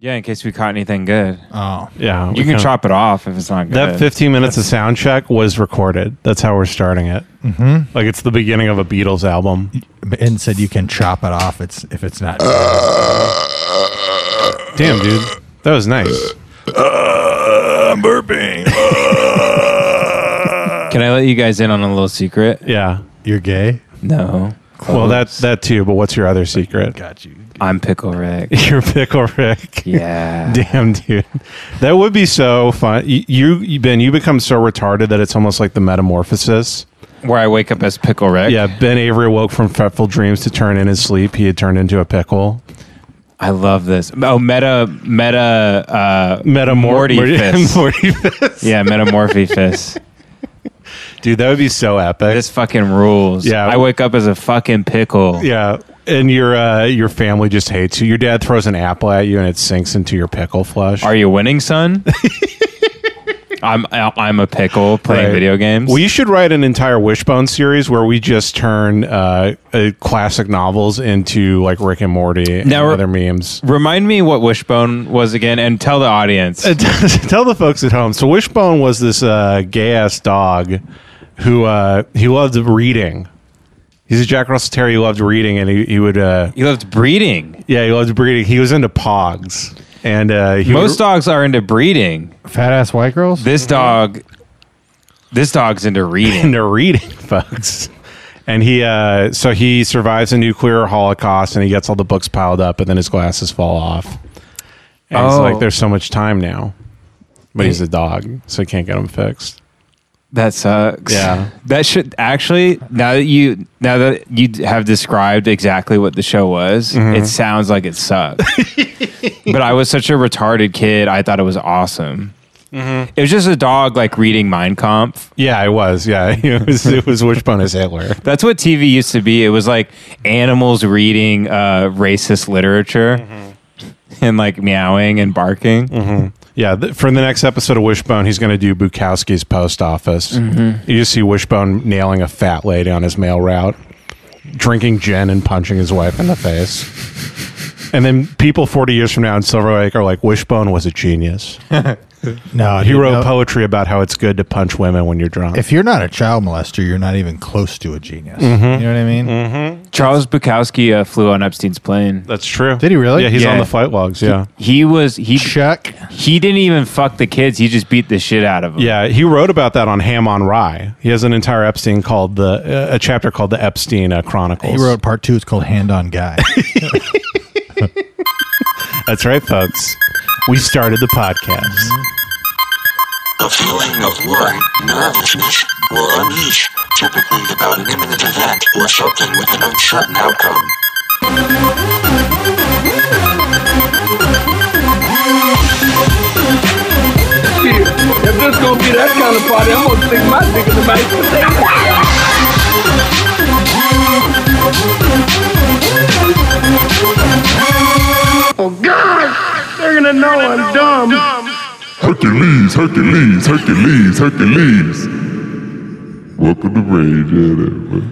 Yeah, in case we caught anything good. Oh, Yeah, we You can kinda- chop it off if it's not good. That 15 minutes of sound check was recorded. That's how we're starting it. Mm-hmm. Like it's the beginning of a Beatles album. and said you can chop it off. It's if it's not. Damn, dude, that was nice. I'm burping. Can I let you guys in on a little secret? Yeah. You're gay. No. Well, that that too. But what's your other secret? Got you. I'm Pickle Rick. Your pickle Rick. Yeah. Damn, dude, that would be so fun. You, you- you, Ben, you become so retarded that it's almost like the metamorphosis. Where I wake up as Pickle Rick. Yeah, Ben Avery woke from fretful dreams to turn in his sleep. He had turned into a pickle. I love this. Oh, meta, meta, uh, Metamorph- Mortyfus. Mortyfus. yeah, metamorphosis. Dude, that would be so epic. this fucking rules. Yeah. I wake up as a fucking pickle. Yeah, and your uh, your family just hates you. Your dad throws an apple at you, and it sinks into your pickle flesh. Are you winning, son? I'm I'm a pickle playing Right. video games. Well, you should write an entire Wishbone series where we just turn uh, uh, classic novels into like Rick and Morty and Now we're- other memes. Remind me what Wishbone was again, and tell the audience. Tell the folks at home. So Wishbone was this uh, gay ass dog who uh, he loved reading. He's a Jack Russell Terrier. He loved reading, and he, he would uh, You loved breeding. yeah he loved breeding. He was into Pogs, and uh, he Most would- dogs are into breeding. Fat ass white girls. This dog, this dog's into reading. into reading, folks. And he, uh, so he survives a nuclear holocaust, and he gets all the books piled up, and then his glasses fall off. And it's Oh. like there's so much time now, but he's a dog, so he can't get them fixed. That sucks. Yeah. That should actually now that you now that you d- have described exactly what the show was, it sounds like it sucked. but I was such a retarded kid. I thought it was awesome. It was just a dog like reading Mein Kampf. Yeah, it was. Yeah, it was. It was Wishbone as Hitler. That's what TV used to be. It was like animals reading uh, racist literature and like meowing and barking. Yeah, th- for the next episode of Wishbone, he's going to do Bukowski's post office. Mm-hmm. You just see Wishbone nailing a fat lady on his mail route, drinking gin and punching his wife in the face. And then people 40 years from now in Silver Lake are like, Wishbone was a genius. no, He dude, wrote no. poetry about how it's good to punch women when you're drunk. If you're not a child molester, you're not even close to a genius. You know what I mean? Charles Bukowski uh, flew on Epstein's plane. That's true. Did he really? Yeah, he's Yeah. on the flight logs. Yeah. He was he Chuck. He didn't even fuck the kids. He just beat the shit out of them. Yeah, he wrote about that on Ham on Rye. He has an entire Epstein called the uh, a chapter called the Epstein uh, Chronicles. He wrote part two. It's called Hand on Guy. That's right, folks. We started the podcast. A feeling of worry, nervousness, or unease, typically about an imminent event or something with an uncertain outcome. Shit, If this gonna be that kind of party, I'm gonna stick my dick in the mashed potato. Oh God, they're gonna know I'm dumb. Hercules, Hercules, Hercules, Hercules. Welcome to Rage Ed Edward.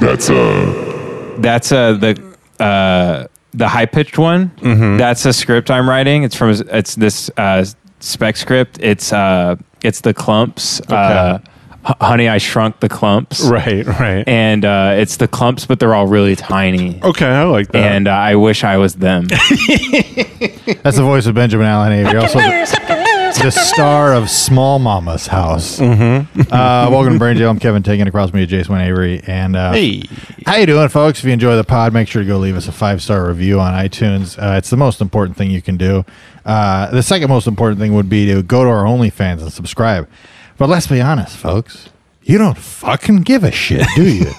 That's uh That's uh the uh the high pitched one. Mm-hmm. That's a script I'm writing. It's from it's this uh spec script. It's uh it's the clumps. Uh, H- Honey, I shrunk the clumps. Right, right. And uh, it's the clumps, but they're all really tiny. okay, I like that. And uh, I wish I was them. That's the voice of Benjamin Allen Avery. Also, the, the star of Small Mama's House. Uh, welcome to Brain Jail. I'm Kevin Taken. Across from me is Jason Wayne Avery. And uh, Hey. how you doing, folks? If you enjoy the pod, make sure to go leave us a five star review on iTunes. Uh, it's the most important thing you can do. Uh, the second most important thing would be to go to our OnlyFans and subscribe. But let's be honest, folks. You don't fucking give a shit, do you?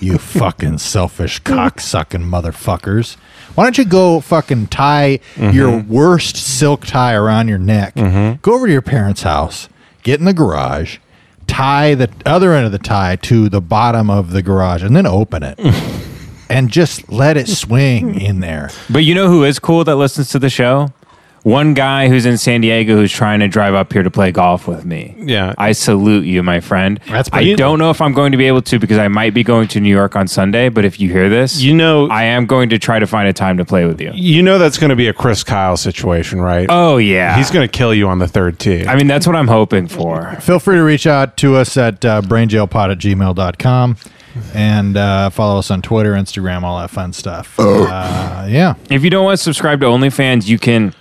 you fucking selfish cocksucking motherfuckers. Why don't you go fucking tie your worst silk tie around your neck? Go over to your parents' house, get in the garage, tie the other end of the tie to the bottom of the garage, and then open it. and just let it swing in there. but you know who is cool that listens to the show? one guy who's in San Diego who's trying to drive up here to play golf with me. Yeah. I salute you, my friend. That's I pretty- don't know if I'm going to be able to because I might be going to New York on Sunday, but if you hear this, You know, I am going to try to find a time to play with you. you know that's going to be a Chris Kyle situation, right? Oh yeah. He's going to kill you on the third tee. I mean, that's what I'm hoping for. Feel free to reach out to us at uh, brainjailpod at gmail.com and uh, follow us on Twitter, Instagram, all that fun stuff. Uh, yeah. If you don't want to subscribe to OnlyFans, you can.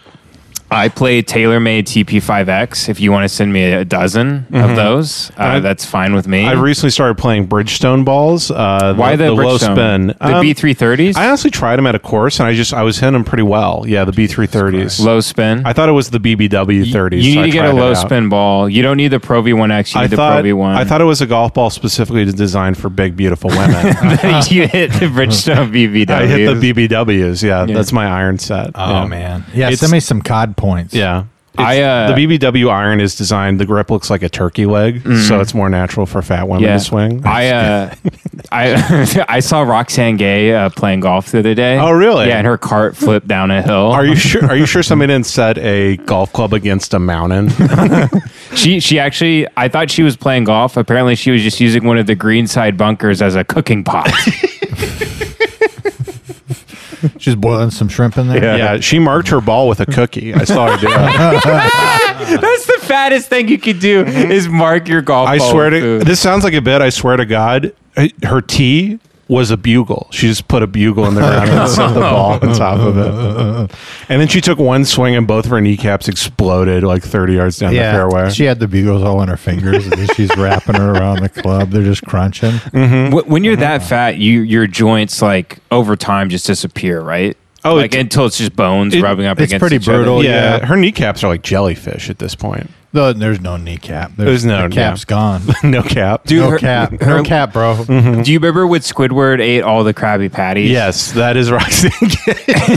I play TaylorMade TP5X. If you want to send me a dozen of those, uh, that's fine with me. Mm-hmm. I recently started playing Bridgestone balls. Uh, Why the, low Bridgestone? spin? The Um, B330s, I honestly tried them at a course, and I just I was hitting them pretty well. Yeah, the B three thirties. low spin. I thought it was the BBW thirties. you need to get a low spin ball. You don't need the Pro V1X. You need I the thought Pro V1. I thought it was a golf ball specifically designed for big, beautiful women. you hit the Bridgestone BBW. I hit the BBWs. Yeah, that's my iron set. Oh, yeah. man. Yeah, It's- send me some COD points. Yeah. I, It's- uh, the BBW iron is designed. The grip looks like a turkey leg, so it's more natural for fat women yeah. to swing. I uh, I I saw Roxanne Gay uh, playing golf the other day. Oh, really? Yeah, and her cart flipped down a hill. are you sure? Are you sure somebody didn't set a golf club against a mountain? She she actually I thought she was playing golf. Apparently she was just using one of the greenside bunkers as a cooking pot. She's boiling some shrimp in there. yeah, she marked her ball with a cookie. I saw her do it. That's the fattest thing you could do is mark your golf. Mm-hmm. I ball swear with to food. this sounds like a bit. I swear to God, her tee was a bugle. She just put a bugle in the ground and set the ball on top of it. And then she took one swing and both of her kneecaps exploded like 30 yards down the fairway. She had the bugles all on her fingers. and she's wrapping her around the club. They're just crunching. Mm. Mm-hmm. Wh- when you're that fat, you your joints like over time just disappear, right? Oh, like it- until it's just bones it- rubbing up it's against pretty each other. brutal, yeah, Yeah. her kneecaps are like jellyfish at this point. Though there's no kneecap. There's no- the cap's yeah. gone. no cap, Dude, No her- cap. her- No cap, bro. Mhm. Do you remember when Squidward ate all the Krabby Patties? Yes, that is Roxanne. Gay.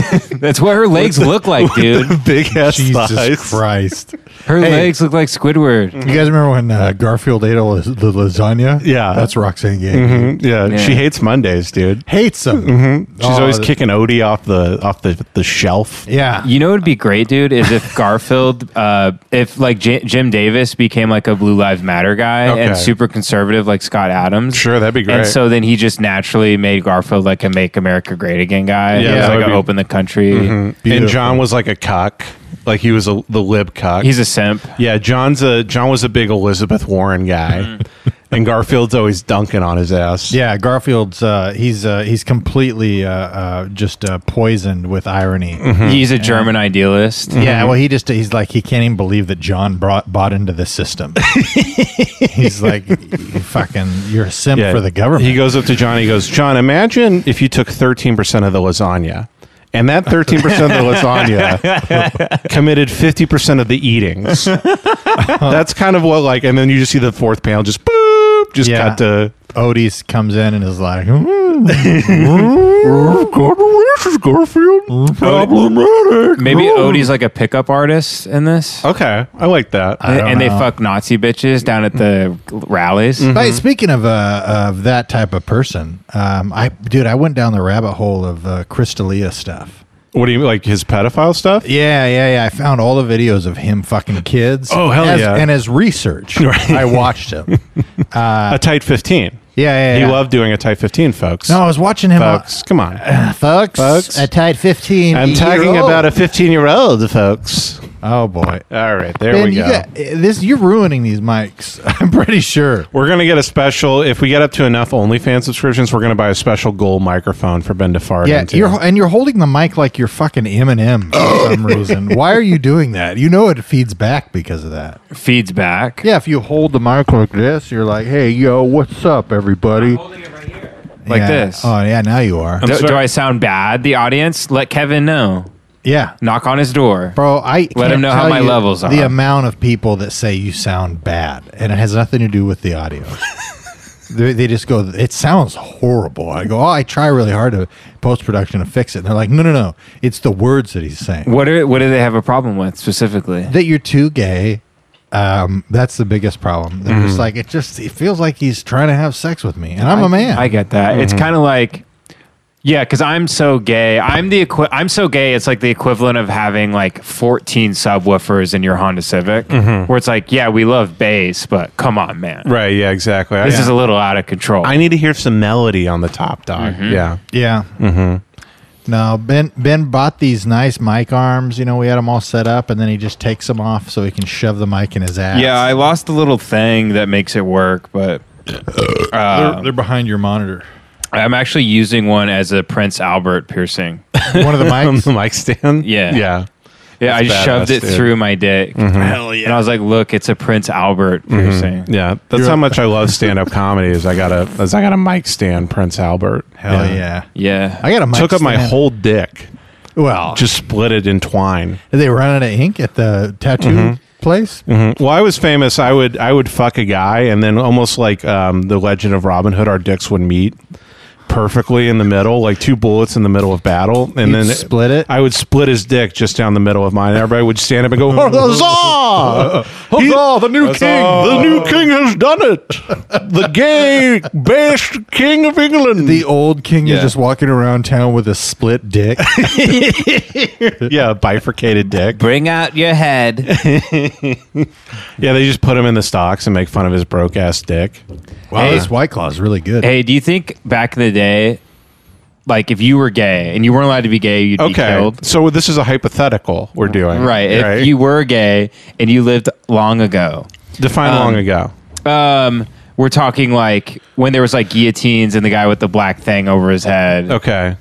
That's what her legs look like, dude. Big ass Jesus thighs. Christ. Her legs look like Mm-hmm. Squidward. You guys remember when uh, Garfield ate all the the lasagna? Yeah. That's Roxanne Gay. Mhm, Yeah, Yeah. she hates Mondays, dude. Hates Oh, them. Mm-hmm. She's always kicking Odie off the off the, the shelf. Yeah. You know what would be great, dude, is if Garfield, uh, if like J- Jim Davis became like a Blue Lives Matter guy Okay. and super conservative like Scott Adams. Sure, that'd be great. And so then he just naturally made Garfield like a Make America Great Again guy. Yeah, Yeah, he was that like a would be- Mm-hmm. open the country. And Beautiful. John was like a cuck, like he was a, the lib cuck. He's a simp. yeah. John's a John was a big Elizabeth Warren guy, Mm-hmm. and Garfield's always dunking on his ass. Yeah, Garfield's uh, he's uh, he's completely uh, uh, just uh, poisoned with irony. Mm-hmm. Hmm. He's a German idealist. Yeah, well, he just he's like he can't even believe that John brought bought into the system. he's like, "You fucking, you're a simp Yeah. for the government. He goes up to John. He goes, John, imagine if you took thirteen percent of the lasagna, and that thirteen percent of the lasagna committed fifty percent of the eatings. That's kind of what like, and then you just see the fourth panel just boop, just Yeah. cut to. Otis comes in and is like, "Hmm." Garfield. Maybe Odie's like a pickup artist in this. Okay, Oh, I like that. don't and they know. fuck Nazi bitches down at the rallies. Hmm. Hey, speaking of uh, of that type of person, um, I dude, I went down the rabbit hole of uh, Crystalia stuff. What do you mean, like his pedophile stuff? Yeah, yeah, yeah. I found all the videos of him fucking kids. Oh, hell As- yeah. And as research, I watched him. Yeah, a tight fifteen. yeah, yeah. He loved doing a tight fifteen, folks. No, I was watching him. uh, folks, come on. Folks, Folks. I tied 15. I'm year talking old. about a fifteen-year-old, folks. Oh, boy. All right, there Ben, we you go. got- this, you're ruining these mics. I'm pretty sure. We're gonna get a special. If we get up to enough OnlyFans subscriptions, we're gonna buy a special gold microphone for Ben to fart Yeah, into. you're, and you're holding the mic like you're fucking Eminem for some reason. Why are you doing that? You know it feeds back because of that. Feeds back. Yeah, if you hold the mic like this, you're like, hey, yo, what's up, everybody? Like Yeah. this. Oh, yeah, now you are. Do, sorry. do I sound bad, the audience? Let Kevin know. Yeah. Knock on his door. Bro, I Let can't him know how tell my you levels The are. amount of people that say you sound bad, and it has nothing to do with the audio. they, they just go, "It sounds horrible." I go, "Oh, I try really hard to post production to fix it." And they're like, "No, no, no, it's the words that he's saying. What are what do they have a problem with specifically? That you're too gay." Um, that's the biggest problem. They're Mm-hmm. just like it. Just it feels like he's trying to have sex with me, and I'm a man. Hmm. I get that. It's kind of like Yeah, because I'm so gay. I'm the equi- I'm so gay. It's like the equivalent of having like 14 subwoofers in your Honda Civic, where it's like, yeah, we love bass, but come on, man, Mm-hmm. Right. Yeah. Exactly. this is a little out of control. I need to hear some melody on the top dog. Yeah. Yeah. Mm-hmm. No, Ben Ben bought these nice mic arms. You know, we had them all set up, and then he just takes them off so he can shove the mic in his ass. yeah, I lost the little thing that makes it work, but they're, they're behind your monitor. I'm actually using one as a Prince Albert piercing. One of the On the mics. mic stand. Yeah. Yeah. Yeah, I That's just shoved badass, it dude. Mm-hmm. through my dick. Hell yeah! And I was like, look, it's a Prince Albert piercing. Yeah. That's how much I love stand up comedy is I got a is I got a mic stand, Prince Albert. Hell yeah. Yeah, I got a mic. Took up my stand. whole dick. Well, Just split it in twine. they run out of ink at the tattoo place. Mm, Well, I was famous. I would I would fuck a guy, and then almost like um, the Legend of Robin Hood, our dicks would meet perfectly in the middle, like two bullets in the middle of battle, and You'd then split it? I would split his dick just down the middle of mine. Everybody would stand up and go, "Huzzah! Huzzah! The new king! The new king has done it! The gay best king of England!" The old king Yeah. is just walking around town with a split dick. yeah, bifurcated dick. bring out your head. Yeah, they just put him in the stocks and make fun of his broke ass dick. wow, this White Claw is really good. Hey, do you think back in the day, like if you were gay and you weren't allowed to be gay, you'd be Okay, killed? so this is a hypothetical we're doing, Right. If you were gay and you lived long ago, Define long ago. um, we're talking like when there was like guillotines and the guy with the black thing over his head. Okay.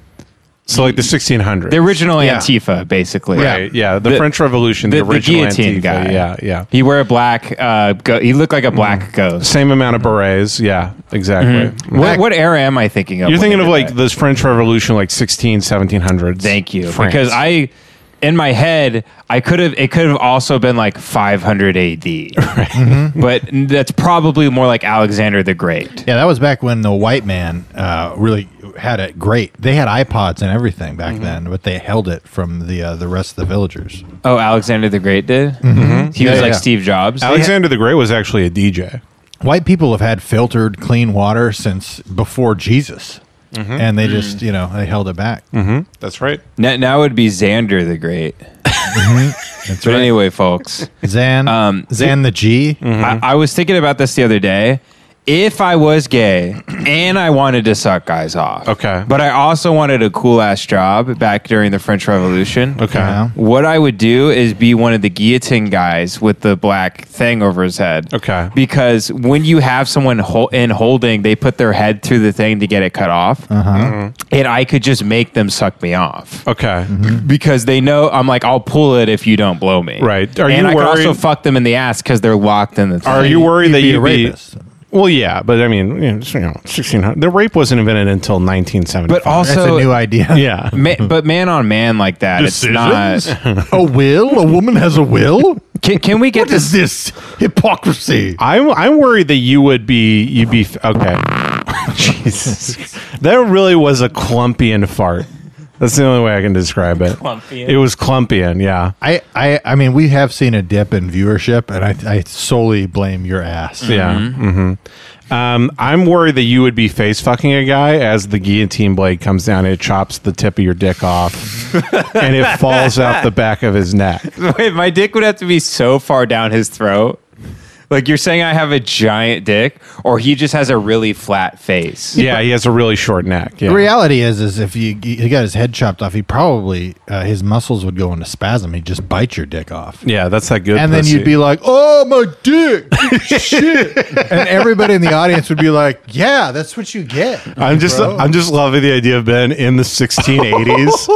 So like the 1600s. The original Yeah. Antifa, basically. Right. Yeah. The, The- French Revolution. The, The, the original guillotine Antifa, guy. Yeah. Yeah. He wore a black. Uh, go- he looked Mm. like a black ghost. Same amount of berets. Yeah. Exactly. What, what era am I thinking of? You're Mm-hmm. when thinking they of did like that? this French Revolution, like 16, 1700s. Thank you. France. Because I, in my head, I could have, it could have also been like 500 AD. Mm-hmm. But that's probably more like Alexander the Great. Yeah, that was back when the white man uh, really had it great. They had iPods and everything back then, but they held it from the uh, the rest of the villagers. Oh, Alexander the Great did? Mm-hmm. He was Yeah, like yeah. Steve Jobs. Alexander the Great was actually a DJ. White people have had filtered clean water since before Jesus, Mm-hmm. and they Mm. just you know they held it back. That's right. now, now it would be Xander the Great. Mm-hmm. That's But right. anyway, folks, Zan, Um, Zan the G. Mm-hmm. I, I was thinking about this the other day. If I was gay and I wanted to suck guys off, Okay. but I also wanted a cool ass job back during the French Revolution, Okay. Yeah. What I would do is be one of the guillotine guys with the black thing over his head. Okay. Because when you have someone hol- in holding, they put their head through the thing to get it cut off. Mm-hmm. And I could just make them suck me off Okay. Mm-hmm. because they know I'm like, I'll pull it if you don't blow me. Right. Are and you I could also worried- fuck them in the ass because they're locked in the thing. Are you worried that be a you'd be. rapist. Well, yeah, but I mean, you know, it's, you know, 1600. The rape wasn't invented until 1975. But That's also, a new idea. yeah. ma- but man on man like that, it's not. a will? A woman has a will? Can, can we get What this? is this hypocrisy? I'm I'm worried that you would be you'd be okay. Jesus, that really was a clumpian fart. That's the only way I can describe it. Clumpian. It was clumpian. Yeah, I, I, I mean, we have seen a dip in viewership, and I, I solely blame your ass. yeah. mhm. Um, I'm worried that you would be face fucking a guy as the guillotine blade comes down and it chops the tip of your dick off, and it falls out the back of his neck. Wait, my dick would have to be so far down his throat. Like you're saying, I have a giant dick, or he just has a really flat face. Yeah, he has a really short neck. The Yeah. reality is, is if you he got his head chopped off, he probably uh, his muscles would go into spasm. He'd just bite your dick off, Yeah, that's that good. and then pussy. you'd be like, "Oh my dick, shit!" And everybody in the audience would be like, "Yeah, that's what you get." I'm just I'm just loving the idea of Ben in the 1680s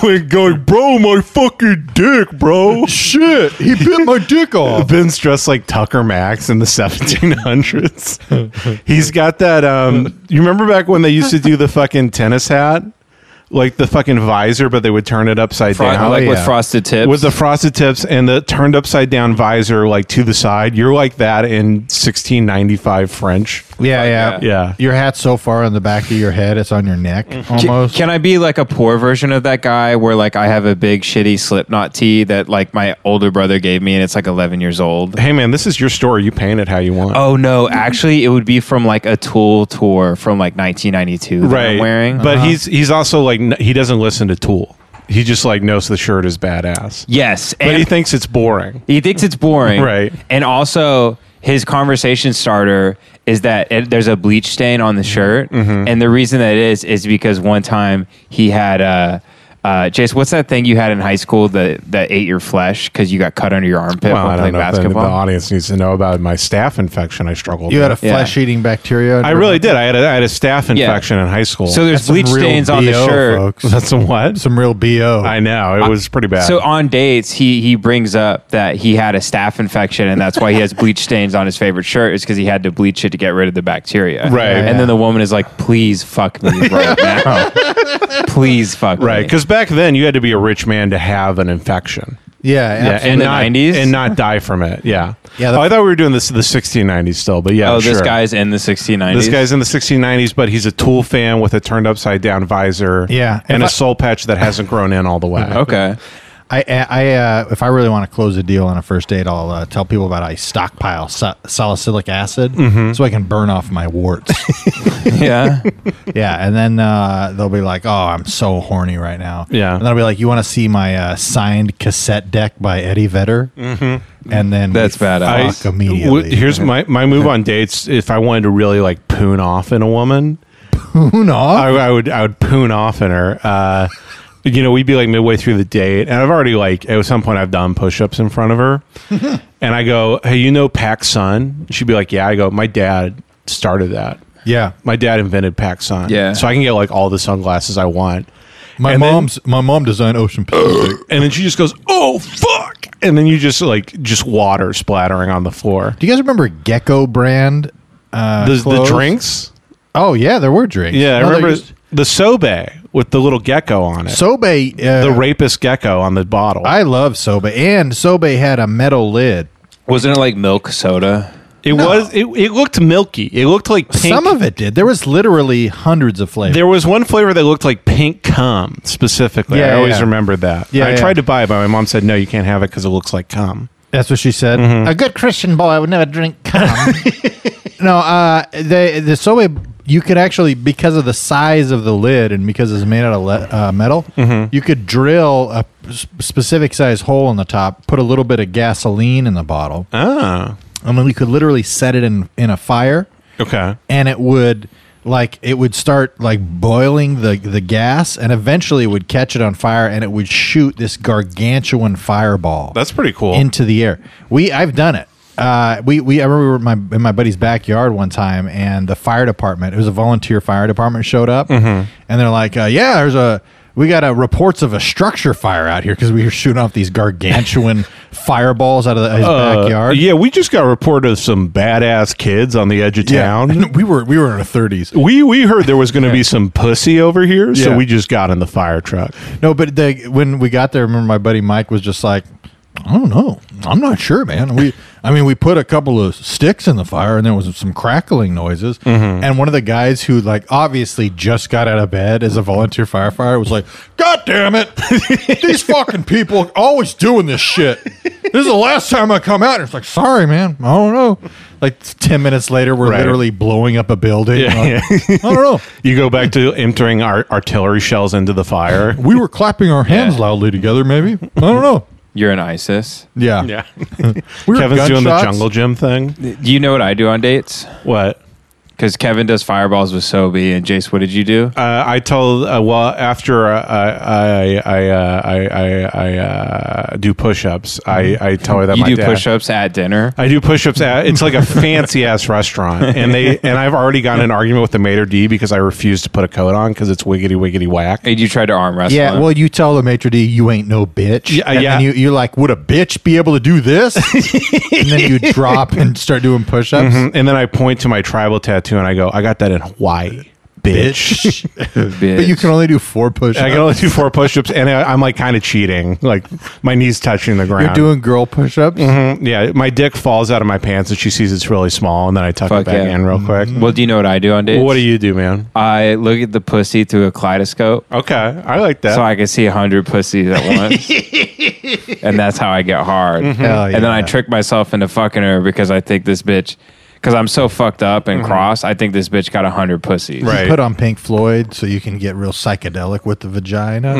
going going bro my fucking dick bro shit He bit my dick off. Ben's dressed like Tucker Max in the 1700s he's got that um you remember back when they used to do the fucking tennis hat like the fucking visor but they would turn it upside Fro- down Oh, like with yeah. frosted tips. with the frosted tips and the turned upside down visor like to the side you're like that in 1695 French Yeah, yeah, that. Yeah. Your hat's so far on the back of your head, it's on your neck Ca- almost. Can I be like a poor version of that guy where like I have a big shitty Slipknot tee that like my older brother gave me and it's like 11 years old? Hey man, this is your story. You paint it how you want. Oh no, actually it would be from like a Tool tour from like 1992 that I'm wearing. Uh-huh. But he's he's also like n- he doesn't listen to Tool. He just like knows the shirt is badass. yes, But and he thinks it's boring. He thinks it's boring. Right. And also, his conversation starter is that it, there's a bleach stain on Mm-hmm. the shirt. And the reason that is, is because one time he had Uh, uh, Jace, what's that thing you had in high school that, that ate your flesh because you got cut under your armpit Well, while I don't playing know if the- basketball? The, audience needs to know about my staph infection. I struggled. you had a with. Yeah. flesh-eating bacteria. I really did. I had a, I had a staph Yeah. infection in high school. so there's That's some bleach real stains on the BO, shirt. folks. that's a what? Some real bo. I know it was pretty bad. So on dates, he he brings up that he had a staph infection, and that's why he has bleach stains on his favorite shirt. Is because he had to bleach it to get rid of the bacteria. Right. And Yeah. then the woman is like, "Please fuck me right now. Please fuck me." Oh. right, because back then you had to be a rich man to have an infection. Yeah, Yeah, absolutely. in the not, 90s? and not die from it. Yeah, Yeah, the- oh, I thought we were doing this the 1690s still, but yeah. Oh, this sure. guy's in the 1690s. This guy's in the 1690s, but he's a Tool fan with a turned upside down visor. Yeah. and If a I- soul patch that hasn't grown in all the way. Okay. I, I, uh, if I really want to close a deal on a first date, I'll uh, tell people about I stockpile so- salicylic acid Mm-hmm. so I can burn off my warts. Yeah. yeah, and then uh, they'll be like, "Oh, I'm so horny right now." Yeah. and then I'll be like, "You want to see my uh, signed cassette deck by Eddie Vedder?" Mm-hmm. And then we That's badass. fuck I- immediately. w- here's my, my move on dates. If I wanted to really like poon off in a woman, Who knows? I, I would I would poon off in her. Uh, you know, we'd be like midway through the date, and I've already like at some point I've done push-ups in front of her, and I go, "Hey, you know Pac Sun?" She'd be like, "Yeah." I go, "My dad started that. yeah, My dad invented Pac Sun. Yeah. so I can get like all the sunglasses I want." my and then- mom's my mom designed Ocean Pacific. And then she just goes, "Oh fuck!" And then you just like just water splattering on the floor. Do you guys remember Gecko brand? Uh, The, the clothes? drinks. Oh yeah, there were drinks. Yeah, I No, they remember used- the sobe with the little gecko on it. Sobe. Uh, the rapist gecko on the bottle. I love Sobe, and Sobe had a metal lid. Wasn't it like milk soda? it was it, it looked milky. It looked like pink. Some of it did. There was literally hundreds of flavors. there was one flavor that looked like pink cum specifically. Yeah, I always yeah. remembered that. Yeah, I yeah. tried to buy it, but my mom said no, you can't have it because it looks like cum. That's what she said. A good Christian boy would never drink cum. no, uh, they, the sobe you could actually because of the size of the lid and because it's made out of le- uh, metal, you could drill a s- specific size hole in the top, put a little bit of gasoline in the bottle, Ah, and then you could literally set it in in a fire, okay. and it would. Like it would start like boiling the the gas, and eventually it would catch it on fire, and it would shoot this gargantuan fireball That's pretty cool. into the air. We I've done it. Uh, we we I remember we were in my in my buddy's backyard one time, and the fire department. It was a volunteer fire department showed up, Mm-hmm. and they're like, uh, "Yeah, there's a." We got a reports of a structure fire out here because we were shooting off these gargantuan fireballs out of the, his Uh, backyard. yeah, we just got a report of some badass kids on the edge of town. we were we were in our thirties. we we heard there was going to be some pussy over here, so Yeah. we just got in the fire truck. No, but the, when we got there, remember my buddy Mike was just like, I don't know. I'm not sure, man. We, I mean, we put a couple of sticks in the fire, and there was some crackling noises. And one of the guys who, like, obviously just got out of bed as a volunteer firefighter was like, "God damn it! These fucking people always doing this shit. This is the last time I come out." And it's like, "Sorry, man. I don't know." Like ten minutes later, we're Right. literally blowing up a building. Like, I don't know. You go back to entering our artillery shells into the fire. We were clapping our hands loudly together. Maybe I don't know. You're an ISIS. Yeah. We were Kevin's doing the gunshots. jungle gym thing. Do you know what I do on dates? What? Because Kevin does fireballs with Sobe, and Jace, what did you do? Uh, I told uh, well after uh, I I I uh, I I, I uh, do push-ups. I I tell her that you my do dad- Uh, push-ups at dinner. I do push-ups. At, it's like a fancy ass restaurant, and they and I've already gotten in an argument with the maitre d because I refuse to put a coat on because it's wiggity wiggity whack. And you tried to arm wrestle. Yeah, him. well, you tell the maitre d' you ain't no bitch. Yeah, and yeah. Then you, you're like, would a bitch be able to do this? and then you Mm-hmm. drop and start doing push-ups. Mm, And then I point to my tribal tattoo and I go, I got that in Hawaii. bitch. but you Bitch. can only do four push I can only do four push-ups, and I, I'm like kind of cheating. Like my knees touching the ground. You're doing girl push ups? Mm-hmm. yeah, my dick falls out of my pants, and she sees it's really small, and then I tuck Fuck it back yeah. in real quick. Mm-hmm. Well, do you know what I do on dates? Well, what do you do, man? I look at the pussy through a kaleidoscope Okay, I like that. so I can see a hundred pussies at once, and that's how I get hard. Hell And then I yeah. trick myself into fucking her because I think this bitch, because I'm so fucked up and cross, I think this bitch got a hundred pussies. Right. Put on Pink Floyd so you can get real psychedelic with the vagina.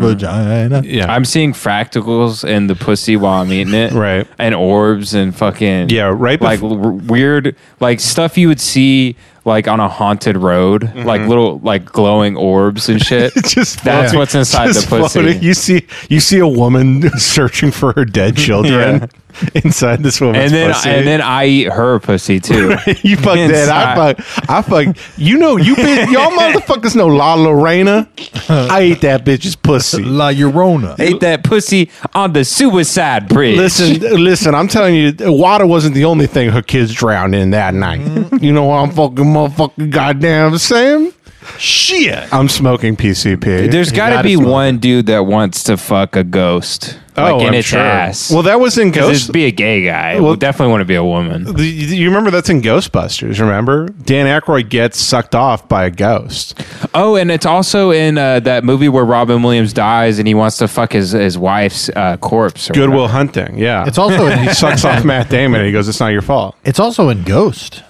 Vagina. Mm-hmm. yeah, I'm seeing fractals in the pussy while I'm eating it, Right. And orbs and fucking Yeah, right Like bef- w- weird, like stuff you would see like on a haunted road, like little like glowing orbs and shit. just that's floating- what's inside the just pussy. floating. You see, you see a woman searching for her dead children inside this and woman's then pussy. and then I eat her pussy too. you fuck that. Inside. I fuck. I fuck. You know, you bitch. Y'all motherfuckers know La Lorena. I ate that bitch's pussy. La Llorona. Ate that pussy on the suicide bridge. Listen, listen. I'm telling you, water wasn't the only thing her kids drowned in that Mm-hmm. night. You know what I'm fucking motherfucking goddamn saying? Shit. I'm smoking PCP. There's got to gotta be smoke one dude that wants to fuck a ghost, like in Oh, I'm its sure. ass. Well, that was in Just Ghost. be a gay guy. Well, Well- definitely want to be a woman. The- you remember that's in Ghostbusters? Remember Dan Aykroyd gets sucked off by a ghost. Oh, and it's also in uh, that movie where Robin Williams dies and he wants to fuck his his wife's uh, corpse. Or Goodwill Hunting. Yeah, It's also in, he sucks off Matt Damon. and He goes, "It's not your fault." it's also in Ghost.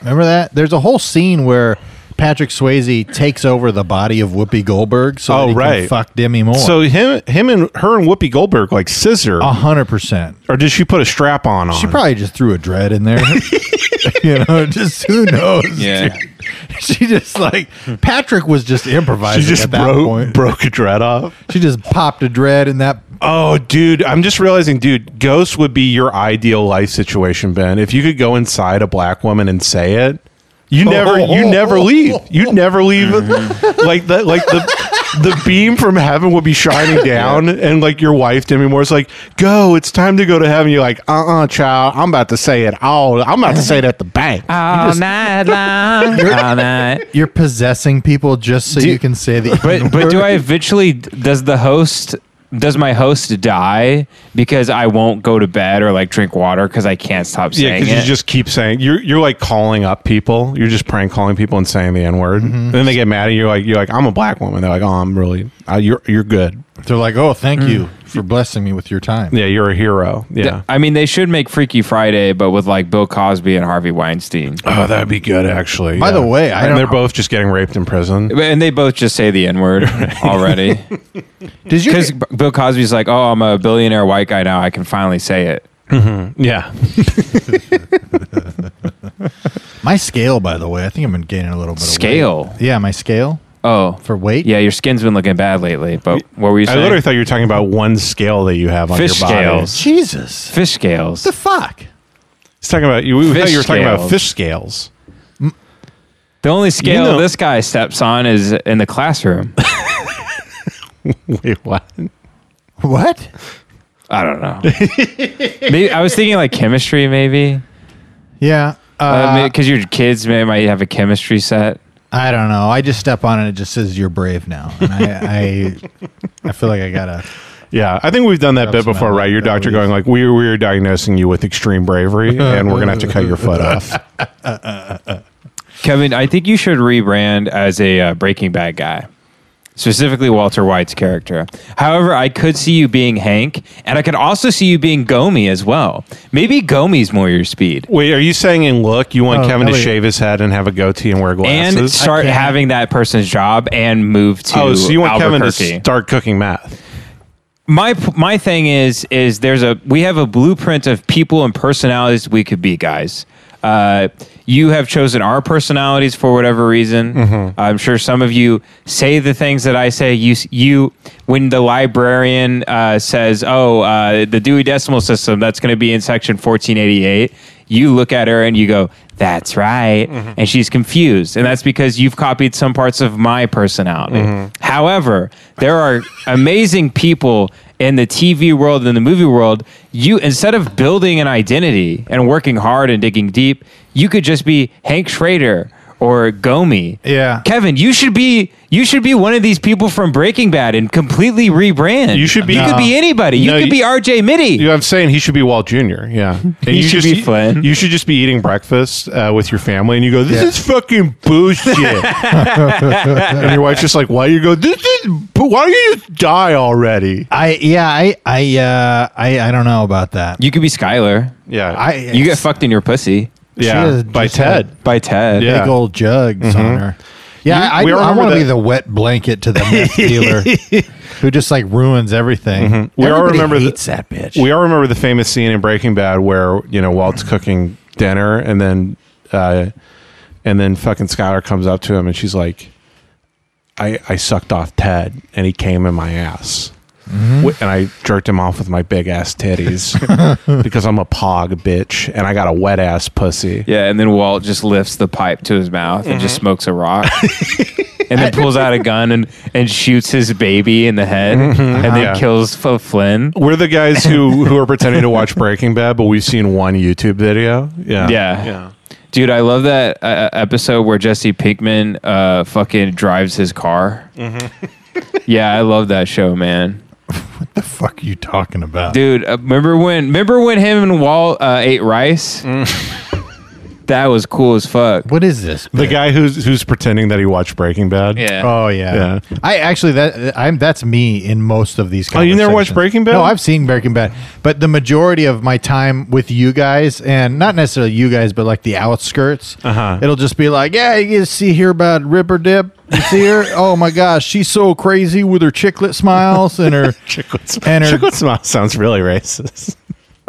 Remember that? There's a whole scene where Patrick Swayze takes over the body of Whoopi Goldberg so Oh, that he right. can fuck Demi Moore. So him, him, and her and Whoopi Goldberg like scissor, a hundred percent. or did Uh, she put a strap on? On She probably just threw a dread in there. you know, just who knows? Yeah. She just like Patrick was just she improvising just at that broke point. broke a dread off. She just popped a dread in that Oh, dude, I'm just realizing, dude, Ghost would be your ideal life situation, Ben. If you could go inside a black woman and say it, you never, you never leave. You never leave. Like the like the. The beam from heaven would be shining down, and like your wife, Demi Moore's like, Go, it's time to go to heaven. You're like, Uh uh child, I'm about to say it all. I'm about to say it at the bank. all night long, all night. you're possessing people just so Do- you can say the But but do I eventually? Does the host? Does my host die because I won't go to bed or like drink water because I can't stop Yeah, saying because it? you just keep saying you're you're like calling up people. You're just prank calling people and saying the n word. And Then they get mad at you. Like you're like I'm a black woman. They're like oh I'm really uh, you're you're good. They're like, oh, thank you for blessing me with your time. Hmm. Yeah, you're a hero. Yeah. I mean, they should make Freaky Friday, but with like Bill Cosby and Harvey Weinstein, Oh, that'd be good actually. By the way, I and don't- they're both just getting raped in prison. and they both just say the N word already. Did you? Because Bill Cosby's like, oh, I'm a billionaire white guy now. I can finally say it. Yeah, My scale, by the way, I think I've been gaining a little bit. of weight. Scale? Yeah, my scale Oh, for weight. yeah, your skin's been looking bad lately. But what were you I saying? literally thought you were talking about one scale that you have on Fish your body. scales. Jesus, fish scales. the fuck. He's talking about you. We Fish thought you were talking about scales. fish scales. the only scale know- this guy steps on is in the classroom. Wait, what? What? I don't know. maybe, I was thinking like chemistry, maybe Yeah. Uh, because your kids may might have a chemistry set. I don't know. I just step on it. It just says you're brave now, and I, I, I feel like I gotta. Yeah, I think we've done that Grab bit some before, out, right? Your at doctor least. going like, "We we are diagnosing you with extreme bravery, and we're gonna have to cut your foot off." Kevin, I think you should rebrand as a uh, Breaking Bad guy, specifically Walter White's character. However, I could see you being Hank, and I could also see you being Gomi as well. Maybe Gomi's more your speed. Wait, are you saying in look you want Oh, Kevin to Elliot. shave his head and have a goatee and wear glasses? And start can't. having that person's job and move to oh, so you want Kevin to Albuquerque. start cooking meth? my my thing is is there's a we have a blueprint of people and personalities we could be guys uh, you have chosen our personalities for whatever reason i'm sure some of you say the things that i say you s- you when the librarian uh, says oh uh, the dewey decimal system that's going to be in section 1488 you look at her and you go that's right Mm-hmm. and she's confused and that's because you've copied some parts of my personality Mm-hmm. however there are amazing people in the TV world and the movie world, you instead of building an identity and working hard and digging deep, you could just be Hank Schrader or Gomi. Yeah. Kevin, you should be you should be one of these people from Breaking Bad and completely rebrand. You should be- You could be anybody. You No, could you- be RJ Mitty. You know, I'm saying he should be Walt Jr. Yeah, and He should be Flynn. You should just be eating breakfast uh, with your family, and you go, "This Yeah. is fucking bullshit." and your wife's just like, "Why?" You go, "This is. bu- Why don't you just die already?" I yeah I I uh, I I don't know about that. You could be Skylar. Yeah, I You get fucked in your pussy She yeah is by just Ted. a- by Ted. Yeah. Mm-hmm. big old jugs on her. Yeah, I, we I, remember want to that- be the wet blanket to the meth dealer who just like ruins everything. Mm-hmm. We all Everybody remember hates that bitch. We all remember the famous scene in Breaking Bad where you know Walt's cooking dinner, and then uh, and then fucking Skylar comes up to him, and she's like, "I I sucked off Ted, and he came in my ass." Mm-hmm. Wh- And I jerked him off with my big ass titties because I'm a pog bitch and I got a wet ass pussy. Yeah, and then Walt just lifts the pipe to his mouth and just smokes a rock. and then pulls out a gun and, and shoots his baby in the head and then Yeah. kills F- Flynn. We're the guys who who are pretending to watch Breaking Bad, but we've seen one YouTube video. Yeah, Yeah. Dude, I love that uh, episode where Jesse Pinkman uh, fucking drives his car. yeah, I love that show, man. the fuck are you talking about? Dude, uh, remember when remember when him and Walt uh, ate rice? that was cool as fuck. What is this? The bitch? guy who's who's pretending that he watched Breaking Bad. Yeah. Oh yeah. Yeah. I actually that I'm that's me in most of these. Oh, you never watched conversations. Breaking Bad? No, I've seen Breaking Bad, but the majority of my time with you guys, and not necessarily you guys, but like the outskirts, Uh-huh. it'll just be like, yeah, you guys see here about Ripper Dip. You see her? oh my gosh, she's so crazy with her chiclet smiles and her Chicklets. and her Chicklets mouth sounds really racist.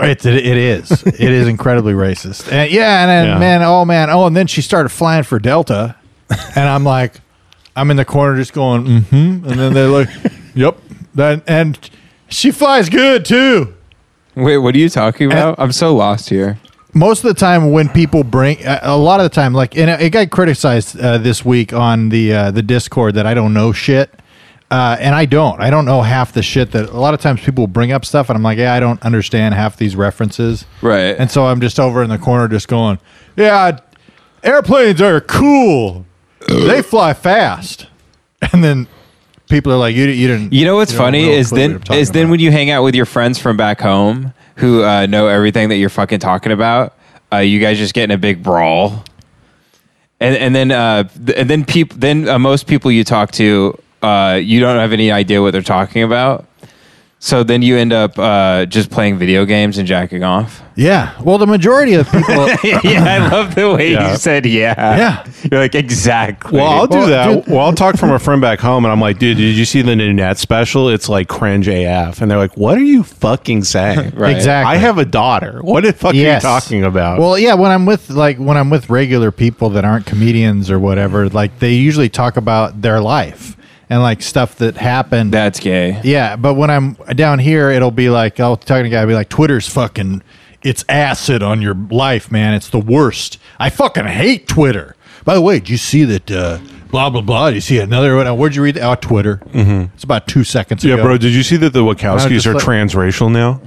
It's, it, it is. It is incredibly racist. And yeah, and then, Yeah. man, oh man, oh, and then she started flying for Delta, and I'm like, I'm in the corner just going, mm-hmm, and then they look, yep, then and she flies good too. Wait, what are you talking about? I'm so lost here. Most of the time, when people bring a a lot of the time, like, and it got criticized uh, this week on the uh, the Discord that I don't know shit, uh, and I don't, I don't know half the shit that a lot of times people bring up stuff, and I'm like, yeah, I don't understand half these references, Right. and so I'm just over in the corner just going, yeah, airplanes are cool. they fly fast. And then people are like, you, you didn't. You know what's don't funny know is what we then were talking is then about." when you hang out with your friends from back home who uh, know everything that you're fucking talking about, uh, you guys just get in a big brawl, and and then uh, th- and then people then uh, most people you talk to, uh, you don't have any idea what they're talking about, so then you end up uh, just playing video games and jacking off. Yeah. Well, the majority of people. yeah, I love the way Yeah. you said yeah. Yeah. you're like exactly. Well, I'll do Well, that. dude- Well, I'll talk from a friend back home, and I'm like, dude, did you see the Nanette special? It's like cringe AF. And they're like, what are you fucking saying? Right. Exactly. I have a daughter. What the fuck Yes. are you talking about? Well, yeah, when I'm with like when I'm with regular people that aren't comedians or whatever, like they usually talk about their life and like stuff that happened. that's gay. Yeah, but when I'm down here, it'll be like I'll talk to a guy, I'll be like, Twitter's fucking, it's acid on your life, man. It's the worst. I fucking hate Twitter. By the way, did you see that? Uh, blah blah blah. You see another one? Where'd you read that? Oh, Twitter. Mm-hmm. It's about two seconds yeah, ago. bro, did you see that the I was Wachowskis just are like- transracial now?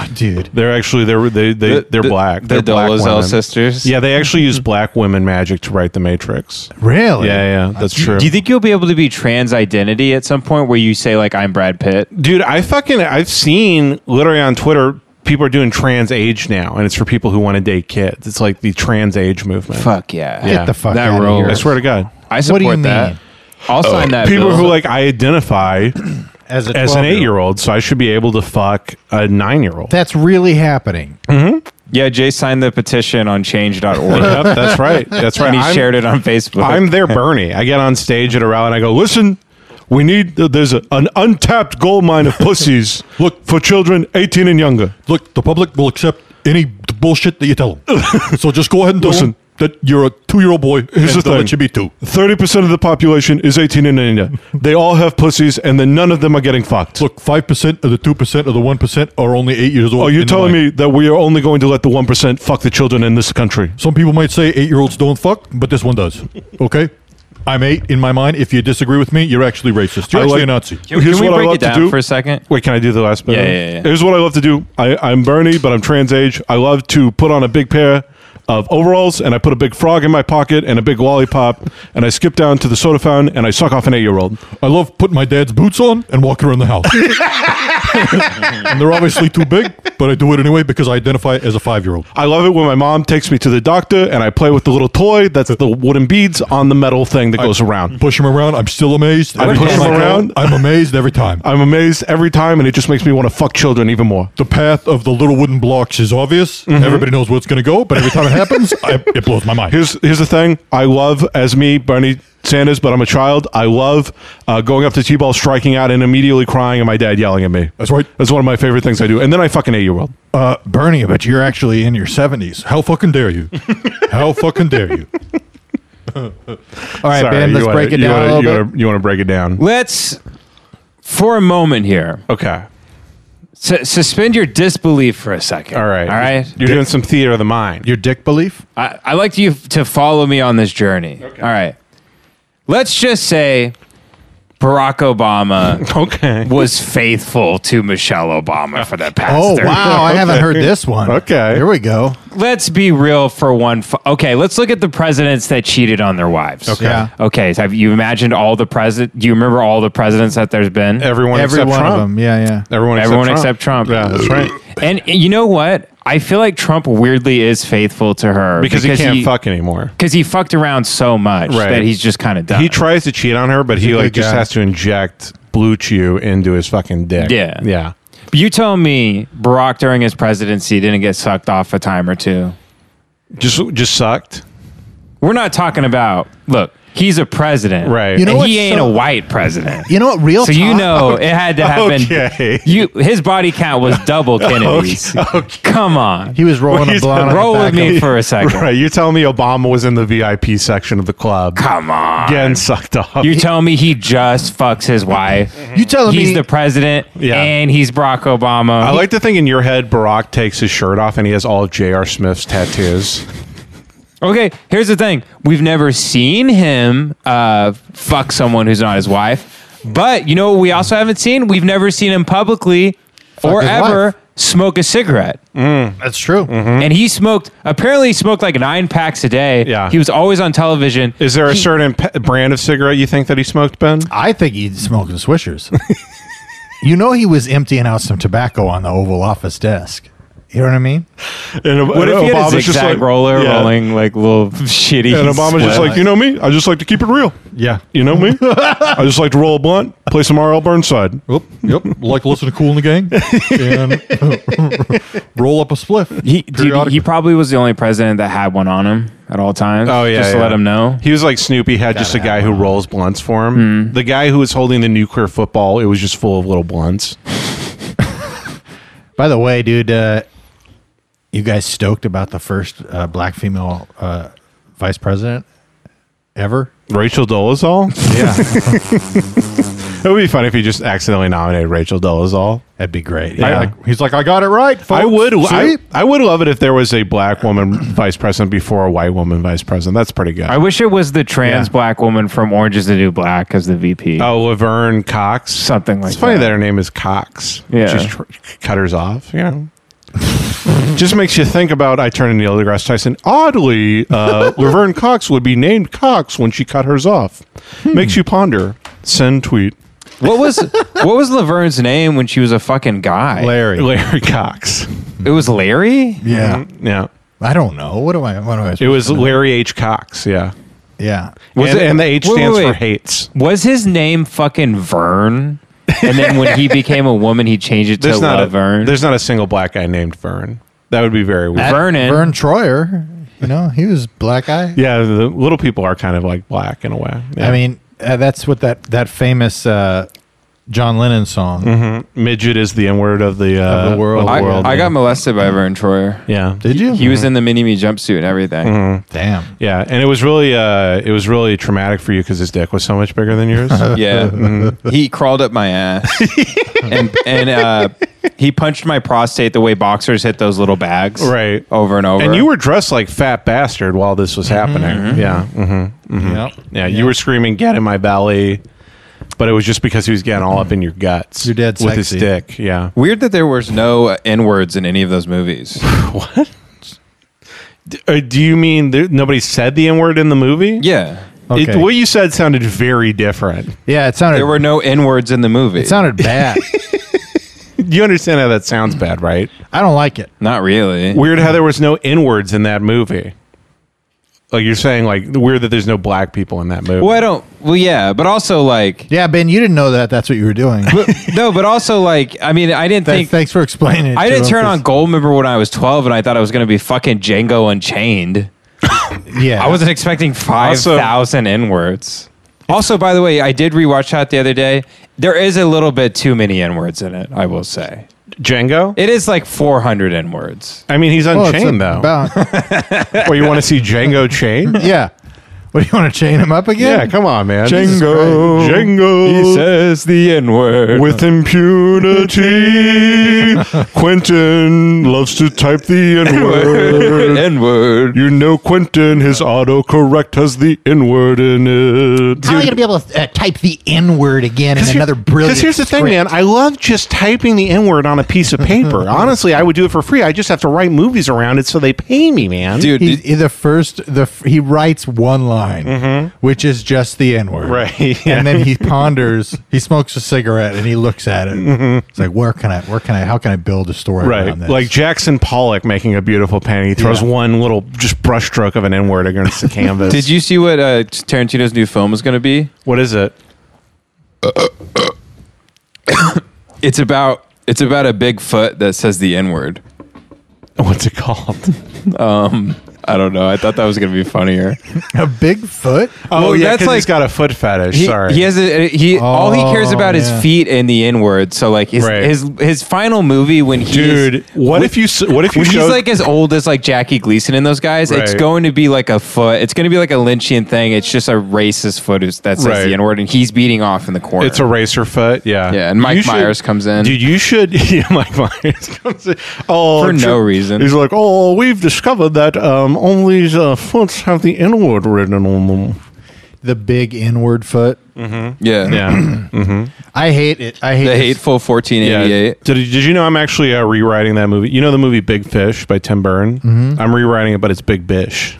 dude. They're actually they're they, they they're black. The They're black Dolezal women. sisters. Yeah, they actually use black women magic to write the Matrix. Really? Yeah, yeah, that's true. Do you think you'll be able to be trans identity at some point where you say like I'm Brad Pitt? dude i fucking i've seen literally on twitter people are doing trans age now and it's for people who want to date kids it's like the trans age movement Fuck yeah. Get the fuck That Oh. out rules. of i here. swear to god I What support do you that. mean? I'll sign that. people bill. who like i identify As, a as an 12-year-old. eight-year-old so i should be able to fuck a nine-year-old That's really happening. Yeah, Jay signed the petition on change.org. Yep, that's right that's right and he I'm, shared it on Facebook. I'm their bernie i get on stage at a rally and i go listen we need there's a, an untapped gold mine of pussies look for children 18 and younger Look, the public will accept any bullshit that you tell them. so just go ahead and tell Listen. them that you're a two-year-old boy. Here's the and they'll thing. let you be two. 30% of the population is 18 and under. They all have pussies, and then none of them are getting fucked. Look, five percent of the two percent of the one percent are only eight years old. Are you and Oh, telling like- me that we are only going to let the 1% fuck the children in this country? Some people might say eight-year-olds don't fuck, but this one does. Okay, I'm eight in my mind. If you disagree with me, you're actually racist. You're I actually like- a Nazi. Can, here's can we what I break love it to down do. for a second? Wait, can I do the last bit? Yeah, yeah, yeah. Here's what I love to do I, I'm Bernie, but I'm trans age. I love to put on a big pair of overalls, and I put a big frog in my pocket and a big lollipop, and I skip down to the soda fountain and I suck off an eight year old. I love putting my dad's boots on and walking around the house. and they're obviously too big, but I do it anyway because I identify as a five year old. I love it when my mom takes me to the doctor and I play with the little toy that's the wooden beads on the metal thing that goes around. Push him around. I'm still amazed. Every push time him I go, around. I'm amazed every time. I'm amazed every time, and it just makes me want to fuck children even more. The path of the little wooden blocks is obvious. Everybody knows where it's going to go, but every time it happens, I, it blows my mind. Here's here's the thing. I love as me Bernie Sanders, but I'm a child. I love uh, going up to T-ball, striking out, and immediately crying, and my dad yelling at me. That's right. That's one of my favorite things I do. And then I fucking eight year old. Uh, Bernie, I bet you're actually in your 70s. How fucking dare you? How fucking dare you? All right, Ben, let's break it down a little you bit. Wanna, you want to break it down? Let's, for a moment here, Okay. su- suspend your disbelief for a second. All right. All right. You're doing some theater of the mind. Your dick belief? I, I like you f- to follow me on this journey. All right. Let's just say Barack Obama okay. was faithful to Michelle Obama for the past. Oh 30 wow, I haven't heard this one. Okay. here we go. Let's be real for one. F- okay, let's look at the presidents that cheated on their wives. Okay. Yeah. Okay. So have you imagined all the president? Do you remember all the presidents that there's been? Everyone Every except one Trump. of them, yeah, yeah. Everyone, Everyone except except Trump. Trump. Yeah, that's right. And you know what? I feel like Trump weirdly is faithful to her Because, he can't fuck anymore. Because he fucked around so much Right. that he's just kind of done. He tries to cheat on her, but he a like good just guy. has to inject blue chew into his fucking dick. Yeah. Yeah. You tell me Barack during his presidency didn't get sucked off a time or two. Just just sucked. We're not talking about, look, he's a president. Right. You know and what's he ain't so- a white president. You know what? Real. so you talk- know it had to happen. Okay. You his body count was double Kennedy's. Come on. he was rolling a He's- blonde. on the Roll with back me of- for a second. Right. You're telling me Obama was in the VIP section of the club. Come on. Getting sucked off. You're telling me he just fucks his wife. You telling he's me? the president Yeah. and he's Barack Obama. I like to think in your head Barack takes his shirt off and he has all of J.R. Smith's tattoos. Okay, here's the thing. We've never seen him uh, fuck someone who's not his wife. But you know what we also haven't seen? We've never seen him publicly or his ever wife. smoke a cigarette. That's true. And he smoked, apparently, he smoked like nine packs a day. Yeah. He was always on television. Is there a He- certain pe- brand of cigarette you think that he smoked, Ben? I think he's smoking swishers. you know he was emptying out some tobacco on the Oval Office desk. You know what I mean? And What if he had a zigzag roller rolling like little shitty? And Obama's just sweat? like, you know me? I just like to keep it real. Yeah. You know me? I just like to roll a blunt, play some R.L. Burnside. Yep. Yep. Like to listen to Cool in the Gang and roll up a spliff. He, dude, he periodically. probably was the only president that had one on him at all times. Oh yeah, just to yeah. let him know. Hmm. He was like Snoopy had just a guy who rolls blunts for him. The guy who was holding the nuclear football, it was just full of little blunts. By the way, dude, uh, you guys stoked about the first uh, black female uh, vice president ever? Rachel Dolezal. Yeah, it would be funny if he just accidentally nominated Rachel Dolezal. Oh, That'd be great. I- I- he's like, I got it right. Folks. I would, I, See? I would love it if there was a black woman vice president before a white woman vice president. That's pretty good. I wish it was the trans Yeah. black woman from Orange is the New Black as the VP. oh, Laverne Cox, Something like It's funny that. that. her name is Cox. Yeah. she's tr- cutters off. You know. Just makes you think about I turn into Neil deGrasse Tyson. Oddly, uh, Laverne Cox would be named Cox when she cut hers off. Hmm. Makes you ponder. Send tweet. What was what was Laverne's name when she was a fucking guy? Larry. Larry Cox. It was Larry. Yeah. Yeah. Mm-hmm. I don't know. What am I? What am I? It was Larry H. Cox. Yeah. yeah. Was and, it- and the H wait, wait, stands for wait. hates. Was his name fucking Vern? And then when he became a woman, he changed it There's to not, a, Laverne. there's not a single black guy named Vern. That would be very weird. Vernon. Vern Troyer. You know, he was black guy. yeah, the little people are kind of like black in a way. Yeah. I mean, uh, that's what that that famous uh, John Lennon song. midget is the N word of the, uh, Of the world. of I, the world. Mm-hmm. I got molested by Vern Troyer. yeah. Mm-hmm. Did you? He was in the mini me jumpsuit and everything. Damn. Yeah, and it was really uh, it was really traumatic for you because his dick was so much bigger than yours. Yeah, Mm-hmm. he crawled up my ass and and uh, he punched my prostate the way boxers hit those little bags, Right. Over and over. and you were dressed like fat bastard while this was Mm-hmm, happening. Yeah, mhm. Yep. yeah, you were screaming "Get in my belly," but it was just because he was getting all up in your guts. You're dead with sexy. his dick. Yeah, weird that there was no n words in any of those movies. D- uh, do you mean there, nobody said the N word in the movie? Yeah. It- Okay. what you said sounded very different. Yeah, it sounded There were no N words in the movie. it sounded bad. You understand how that sounds bad, right? I don't like it. Not really. Weird how there was no N words in that movie. Like you're saying, like weird that there's no black people in that movie. Well, I don't. Well, yeah, but also like Yeah, Ben, you didn't know that. That's what you were doing. Th- no, but also like I mean, I didn't think thanks for explaining. it I to didn't him, turn on 'cause- Goldmember when I was twelve, and I thought I was going to be fucking Django Unchained. Yeah, I wasn't expecting five Also- thousand N words. Also, by the way, I did rewatch that the other day. There is a little bit too many N words in it. I will say Django. it is like four hundred N words. I mean, he's Well, it's unchained though. about- Or you want to see Django chained? yeah. What do you want to chain him up again? Yeah, come on, man. Jesus Christ. Django. says the N word. With impunity, Quentin loves to type the N word. N word. You know, Quentin, his autocorrect has the N word in it. How am I going to be able to uh, type the N word again in another brilliant? Because here's the thing, script? man. I love just typing the N word on a piece of paper. Honestly, I would do it for free. I just have to write movies around it so they pay me, man. Dude, He, did, he- the first the f- he writes one line, which is just the N word, Mm-hmm. Right, yeah. And then he ponders. He smokes a cigarette and he looks at it. It's like where can I, where can I, how can I build a story Mm-hmm. Right. around this? Like Jackson Pollock making a beautiful painting. He throws Yeah. one little just brushstroke of an N word against the canvas. did you see what uh, Tarantino's new film is going to be? What is it? It's about it's about a big foot that says the N word. What's it called? I don't know. I thought that was gonna be funnier. a Bigfoot. Oh, Well, yeah, that's 'cause he's like- got a foot fetish. He, Sorry. he has a, he. all he cares Oh, about yeah. is feet and the N word. So like his Right. his his final movie when he's Dude, what if you s- what if you when he's showed- like as old as like Jackie Gleason and those guys, it's Right. going to be like a foot. It's going to be like a Lynchian thing. It's just a racist foot who's, that says Right. the N word, and he's beating off in the corner. It's a racer foot, yeah. Yeah, and Mike You should- Myers comes in. Dude, you should. Yeah, Mike Myers comes in. Oh, For no ju- reason. He's like, oh, we've discovered that um, only the foots have the N word written on them. The big N word foot. yeah, Yeah, I hate it. I hate The this. hateful fourteen eighty yeah. eight. Did, did you know I'm actually uh, rewriting that movie? You know the movie Big Fish by Tim Burton. I'm rewriting it, but it's Big Bish.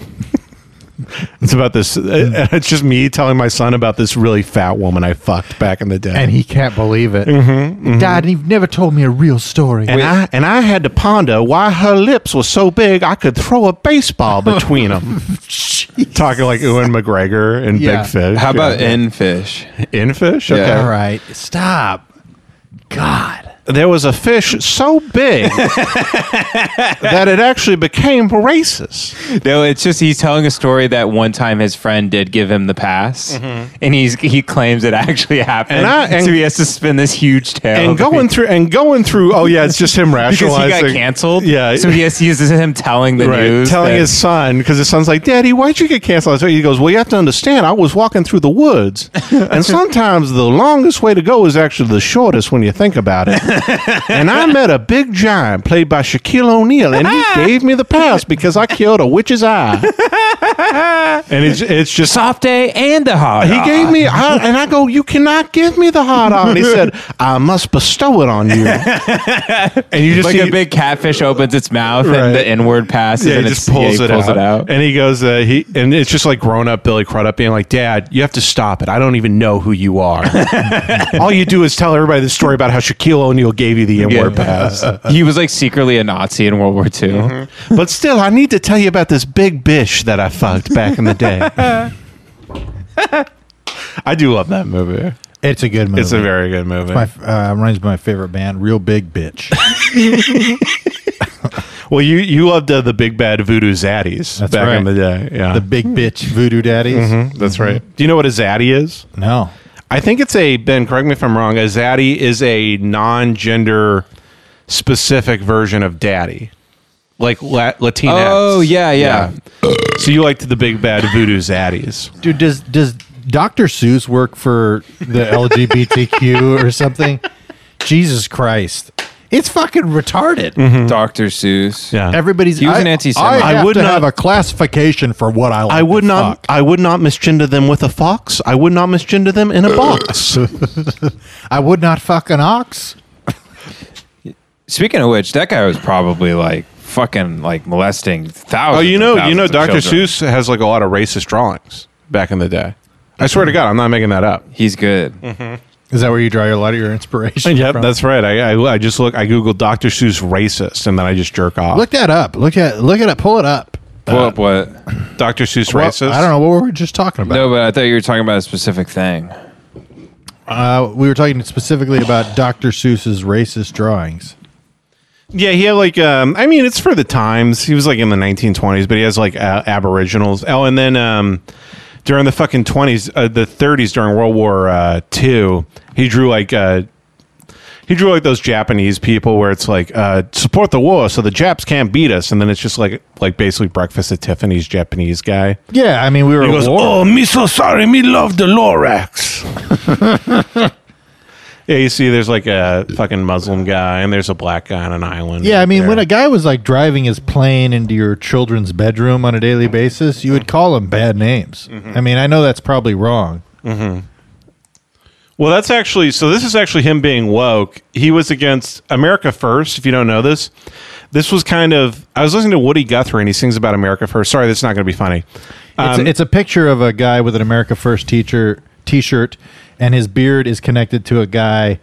it's about this. uh, it's just me telling my son about this really fat woman I fucked back in the day. and he can't believe it. Dad, you've never told me a real story. Mm-hmm, And I, and I had to ponder why her lips were so big I could throw a baseball between them. Talking like Ewan McGregor and Yeah. Big Fish. How about yeah. N fish? in Fish? Okay. All right, stop. God. There was a fish so big that it actually became racist. No, it's just he's telling a story that one time his friend did give him the pass, and he's he claims it actually happened. Mm-hmm. And I- and- so he has to spin this huge tale And going through and going through. Oh yeah, it's just him Oh, because he rationalizing. got canceled. Yeah. so he has to use him telling the Right, news, telling that- his son because his son's like, "Daddy, why'd you get canceled?" So he goes, "Well, you have to understand. I was walking through the woods, and sometimes the longest way to go is actually the shortest when you think about it." and I met a big giant played by Shaquille O'Neal, and he gave me the pass because I killed a witch's eye. and it's it's just soft day and the hard. he R. gave me, I, and I go, "You cannot give me the hot on." And he said, "I must bestow it on you." and you just like see, a big catfish opens its mouth Right. and the inward passes yeah, and he it's- just pulls, yeah, it, out. and he goes, uh, he and it's just like grown up Billy Crudup being like, "Dad, you have to stop it. I don't even know who you are. All you do is tell everybody the story about how Shaquille O'Neal gave you the N word pass. Mm-hmm. he was like secretly a Nazi in World War II. But still, I need to tell you about this big bish that I fucked back in the day." I do love that movie. It's a good movie. It's a very good movie. my f- uh, reminds me of my favorite band, Real Big Bitch. well, you you loved uh, the Big Bad Voodoo Zaddies That's back in right. the day. Yeah, the Big Bitch Voodoo Daddies. Mm-hmm, that's right. Do you know what a zaddy is? No. I think it's a Ben. Correct me if I'm wrong. A zaddy is a non-gender specific version of daddy, like la- Latinx. Oh yeah, yeah. So you liked the big bad voodoo zaddies? Dude, does does Dr. Seuss work for the LGBTQ or something? Jesus Christ. It's fucking retarded. Mm-hmm. Doctor Seuss. Uh, Everybody's He was I, an anti-Semite. I, I would would to not- have a classification for what I like. I would to not. fuck. I would not misgender them with a fox. I would not misgender them in a box. I would not fuck an ox. Speaking of which, that guy was probably like fucking like molesting thousands. Oh, you and know, you thousands know, of Dr. children. Seuss has like a lot of racist drawings back in the day. I swear to God, I'm not making that up. He's good. Mm. Is that where you draw a lot of your inspiration? Yep, from? that's right. I, I I just look. I googled Dr. Seuss racist, and then I just jerk off. Look that up. Look at look it up. Pull it up. Pull Uh, up what? Dr. Seuss Well, racist. I don't know what were we just talking about. No, but I thought you were talking about a specific thing. Uh, we were talking specifically about Dr. Seuss's racist drawings. Yeah, he had like um I mean it's for the times. He was like in the 1920s, but he has like uh, aboriginals. Oh, and then um during the fucking 20s, uh, the 30s during World War uh 2, he drew like uh he drew like those Japanese people where it's like uh support the war so the Japs can't beat us and then it's just like like basically breakfast at Tiffany's Japanese guy. Yeah, I mean, we were He at goes, war. "Oh, me so sorry, me love the Lorax." yeah, you see, there's like a fucking Muslim guy, and there's a black guy on an island. Yeah, I mean, there. when a guy was like driving his plane into your children's bedroom on a daily basis, you would call him bad names. Mm-hmm. I mean, I know that's probably wrong. Well, that's actually so. This is actually him being woke. He was against America First. If you don't know this, this was kind of. I was listening to Woody Guthrie, and he sings about America First. Sorry, that's not going to be funny. It's, it's a picture of a guy with an America First teacher T-shirt, and his beard is connected to a guy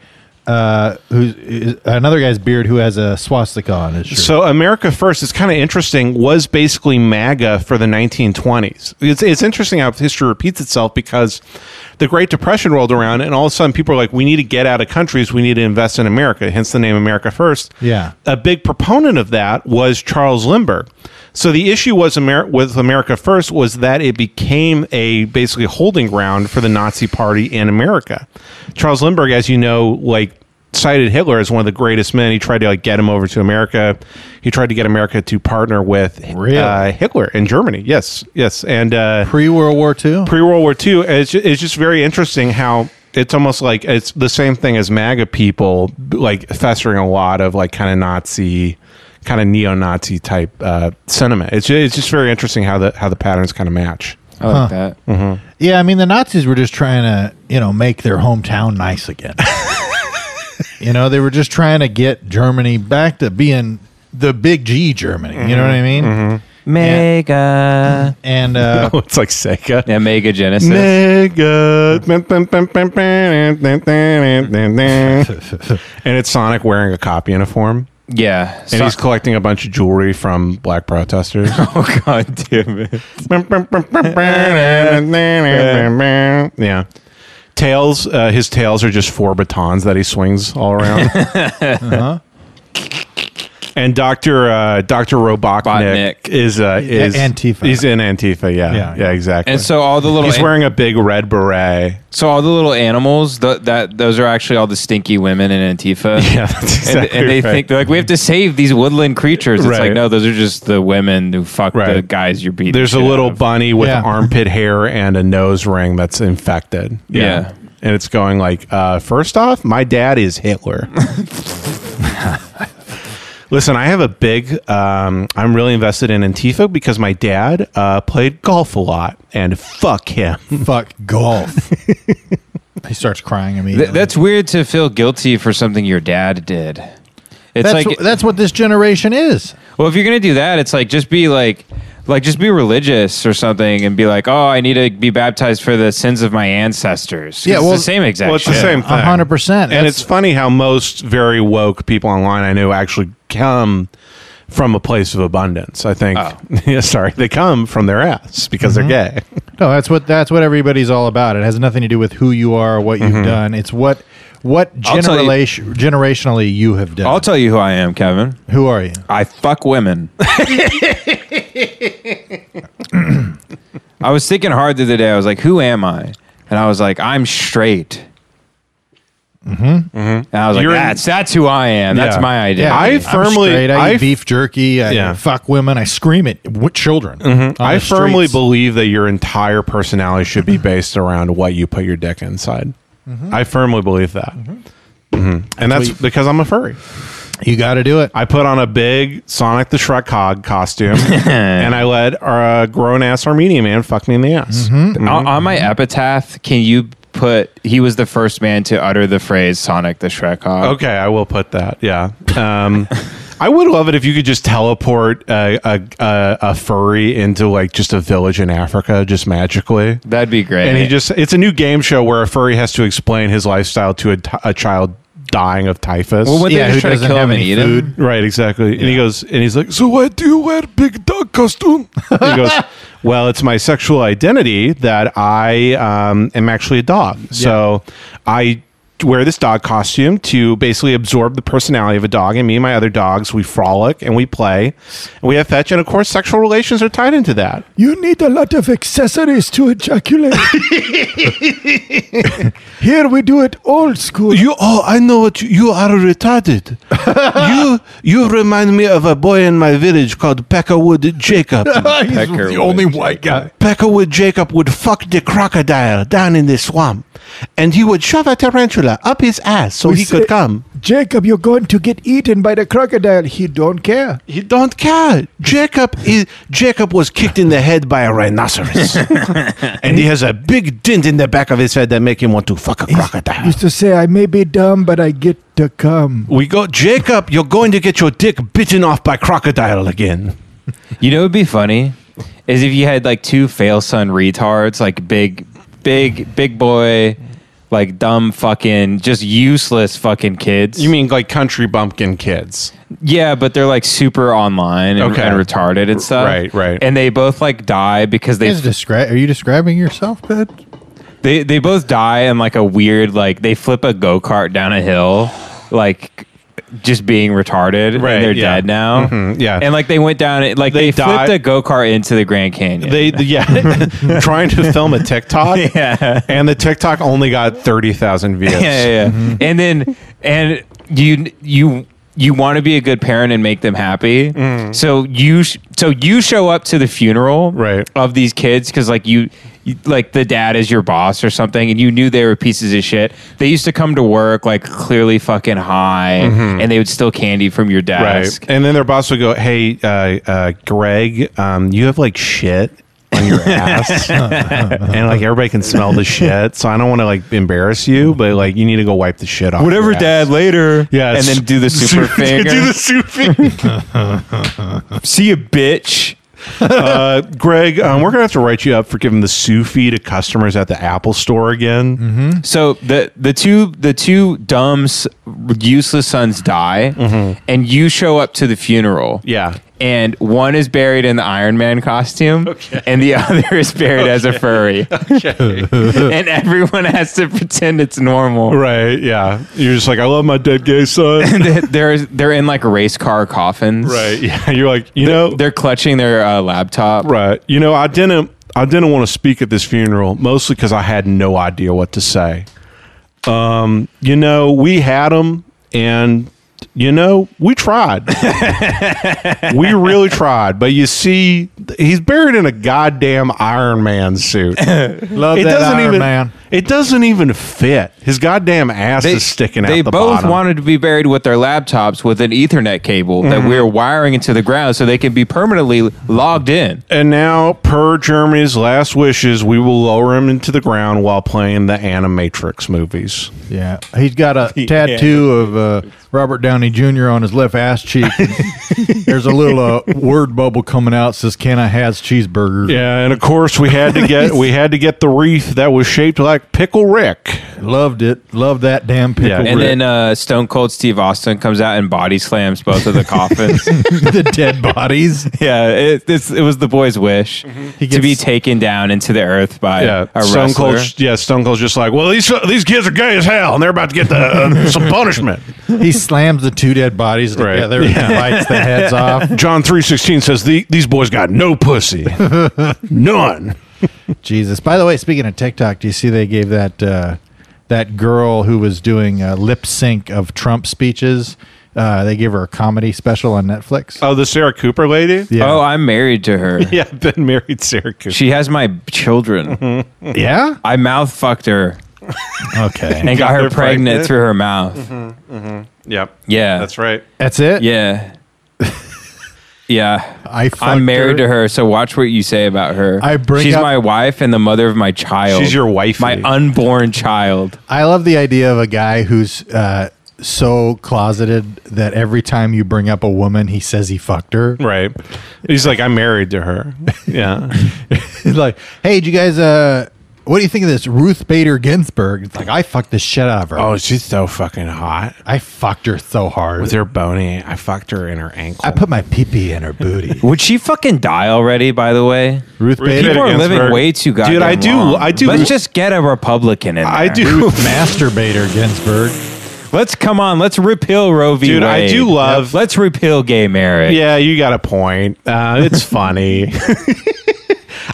uh, who's is- another guy's beard who has a swastika on his shirt. So America First is kind of interesting. Was basically MAGA for the 1920s. It's it's interesting how history repeats itself because the Great Depression rolled around, and all of a sudden people are like, "We need to get out of countries. We need to invest in America." Hence the name America First. Yeah. A big proponent of that was Charles Lindbergh. So the issue was Amer- with America First was that it became a basically holding ground for the Nazi Party in America. Charles Lindbergh, as you know, like cited Hitler as one of the greatest men. He tried to like get him over to America. He tried to get America to partner with Really? uh, Hitler in Germany. Yes, yes, and uh, Pre World War II. pre World War II. It's just, it's just very interesting how it's almost like it's the same thing as MAGA people, like festering a lot of like kind of Nazi, kind of neo Nazi type uh, sentiment. It's just, it's just very interesting how the how the patterns kind of match. I like that. Mm. Yeah, I mean the Nazis were just trying to, you know, make their hometown nice again. you know, they were just trying to get Germany back to being the big G Germany. You know what I mean? Mega. And uh, it's like Sega. Yeah, Mega Genesis. Mega. and it's Sonic wearing a cop uniform. Yeah. And he's collecting a bunch of jewelry from black protesters. oh god damn it. yeah. Tails, uh, his tails are just four batons that he swings all around. Uh-huh. And Doctor uh, Doctor Robotnik Botnick. is uh, is Antifa. He's in Antifa, yeah, Yeah. yeah, exactly. And so all the little he's wearing a big red beret. so all the little animals th- that those are actually all the stinky women in Antifa. Yeah, that's and, exactly and they right. think they're like we have to save these woodland creatures. It's Right. like no, those are just the women who fuck the Right. guys you're beating. There's the a shit little out of. bunny with Yeah. armpit hair and a nose ring that's infected. Yeah. And it's going like, uh, first off, my dad is Hitler. Listen, I have a big. Um, I'm really invested in Antifa because my dad uh, played golf a lot, and fuck him. fuck golf. he starts crying immediately. Th- that's weird to feel guilty for something your dad did. It's that's, like wh- that's what this generation is. Well, if you're gonna do that, it's like just be like, like just be religious or something, and be like, oh, I need to be baptized for the sins of my ancestors. 'Cause Yeah, well- it's the same exact. Well, it's the shit. same thing. A hundred percent. And That's- it's funny how most very woke people online I know actually come from a place of abundance. I think. Oh. yeah, sorry, they come from their ass because they're Mm-hmm. gay. no, that's what that's what everybody's all about. It has nothing to do with who you are or what Mm-hmm. you've done. It's what what I'll tell you- generation generationally you have done. I'll tell you who I am, Kevin. who are you? I fuck women. I was thinking hard the other day. I was like, who am I? And I was like, I'm straight. Mm-hmm. And I was like, You're in- that's that's who I am. That's Yeah. my idea. I I'm firmly- straight, I, I eat f- beef jerky. I Yeah. Mm-hmm. fuck women. I scream at w- children. on I the firmly streets. believe that your entire personality should be based around what you put your dick inside. Mm-hmm. I firmly believe that. Mhm. And that's because I'm a furry. you got to do it. I put on a big Sonic the Shrek hog costume and I let a grown ass Armenian man fuck me in the ass. Mm-hmm. Mm-hmm. Uh-uh. On, on my epitaph, can you put he was the first man to utter the phrase Sonic the Shrek Hog? Okay, I will put that. Yeah. Um, I would love it if you could just teleport a, a, a, a furry into like just a village in Africa, just magically. That'd be great. And he just—it's a new game show where a furry has to explain his lifestyle to a, t- a child dying of typhus. well, wouldn't Yeah, they who just try to doesn't kill have him and any eat him? Right, exactly. And he goes, and he's like, "So why do you wear big dog costume?" And he goes, "Well, it's my sexual identity that I um, am actually a dog. So I wear this dog costume to basically absorb the personality of a dog. And me and my other dogs, we frolic and we play, and we have fetch, and of course, sexual relations are tied into that. You need a lot of accessories to ejaculate. Here we do it old school. You, oh, I know what you, you are retarded. you, you remind me of a boy in my village called Peckerwood Jacob." He's the only white guy. Peckerwood Jacob would fuck the crocodile down in the swamp, and he would shove a tarantula up his ass so he could come. Jacob, you're going to get eaten by the crocodile. He don't care. He don't care. Jacob is Jacob was kicked in the head by a rhinoceros, and he has a big dent in the back of his head that make him want to fuck a crocodile. Used to say, I may be dumb, but I get to come. We go, Jacob. You're going to get your dick bitten off by crocodile again. You know, it'd be funny is if you had like two fail son retards, like big, big, big boy, like dumb fucking, just useless fucking kids. mean like country bumpkin kids? Yeah, but they're like super online and, Okay. and retarded and stuff. Right, right. And they both like die because they Is descri- are you describing yourself, bud? they they both die in like a weird like they flip a go kart down a hill, like just being retarded. Right, and they're yeah. dead now. Mhm, yeah. and like they went down it like they, die- flipped a go kart into the Grand Canyon. They yeah, trying to film a TikTok. Yeah. and the TikTok only got thirty thousand views. yeah, yeah, yeah. and then and you you you want to be a good parent and make them happy. So you sh- so you show up to the funeral Right. of these kids because like you, you like the dad is your boss or something, and you knew they were pieces of shit. They used to come to work like clearly fucking high, and they would steal candy from your desk. Right. And then their boss would go, "Hey, uh, uh, Greg, um, you have like shit on your ass, and like everybody can smell the shit. So I don't want to like embarrass you, but like you need to go wipe the shit off. Whatever, your ass." Dad. Later. Yeah, and then do the super finger. do the super finger. See you, bitch. Uh, Greg, um, we're gonna have to write you up for giving the Sufi to customers at the Apple Store again. Mm-hmm. So the the two the two dumb s- useless sons die, and you show up to the funeral. Mm-hmm. Yeah. And one is buried in the Iron Man costume, and the other is buried as a furry. and everyone has to pretend it's normal. Right. Yeah. You're just like, I love my dead gay son. they're they're in like race car coffins. right. Yeah. You're like, you know, They're clutching their uh, laptop. Right. You know, I didn't. I didn't want to speak at this funeral mostly because I had no idea what to say. Um, you know, we had them, and you know, we tried. we really tried, but you see, he's buried in a goddamn Iron Man suit. Love it that doesn't Iron even. Man. It doesn't even fit. His goddamn ass is sticking out. They the both bottom. wanted to be buried with their laptops with an Ethernet cable Mm-hmm. that we are wiring into the ground so they can be permanently logged in. And now, per Germany's last wishes, we will lower him into the ground while playing the Animatrix movies. Yeah, he's got a tattoo of uh, Robert Downey Jr. on his left ass cheek. There's a little uh, word bubble coming out says, "Can I has cheeseburgers?" Yeah, and of course we had to get we had to get the wreath that was shaped like Pickle Rick. Loved it. Loved that damn pickle. Yeah, And Right. then uh, Stone Cold Steve Austin comes out and body slams both of the coffins. the dead bodies. yeah, it, it's, it was the boy's wish to gets- be taken down into the earth by Yeah, a wrestler. Stone Cold. Yeah, Stone Cold's just like, well, these these kids are gay as hell, and they're about to get the, uh, some punishment. He slams the two dead bodies Right. together and bites the heads off. John three sixteen says the, these boys got no pussy, none. Jesus. By the way, speaking of TikTok, do you see they gave that uh, that girl who was doing a lip sync of Trump speeches? Uh, they gave her a comedy special on Netflix. Oh, the Sarah Cooper lady. Yeah, Oh, I'm married to her. yeah, I've been married Sarah Cooper. She has my children. Oh. yeah. I mouth fucked her Okay. and got her her pregnant, pregnant? through her mouth. yep. Yeah. That's right. That's it. Yeah. yeah. I fucked I'm married her. to her, so watch what you say about her. I bring She's up- my wife and the mother of my child. She's your wifey. My unborn child. I love the idea of a guy who's uh, so closeted that every time you bring up a woman, he says he fucked her. Right. He's like, I'm married to her. Yeah. He's like, hey, did you guys, uh, what do you think of this Ruth Bader Ginsburg? It's like, I fucked the shit out of her. oh, she's so fucking hot. I fucked her so hard. With her bony, I fucked her in her ankle. I put my pee pee in her booty. Would she fucking die already? By the way, Ruth people Bader are Ginsburg. living way too goddamn Dude, I do- long. I do- Let's just get a Republican in. There. I do. Masturbator Ginsburg. Let's come on. Let's repeal Roe v. Dude, I Wade. do love- Let's repeal gay marriage. Yeah, you got a point. Uh, it's funny.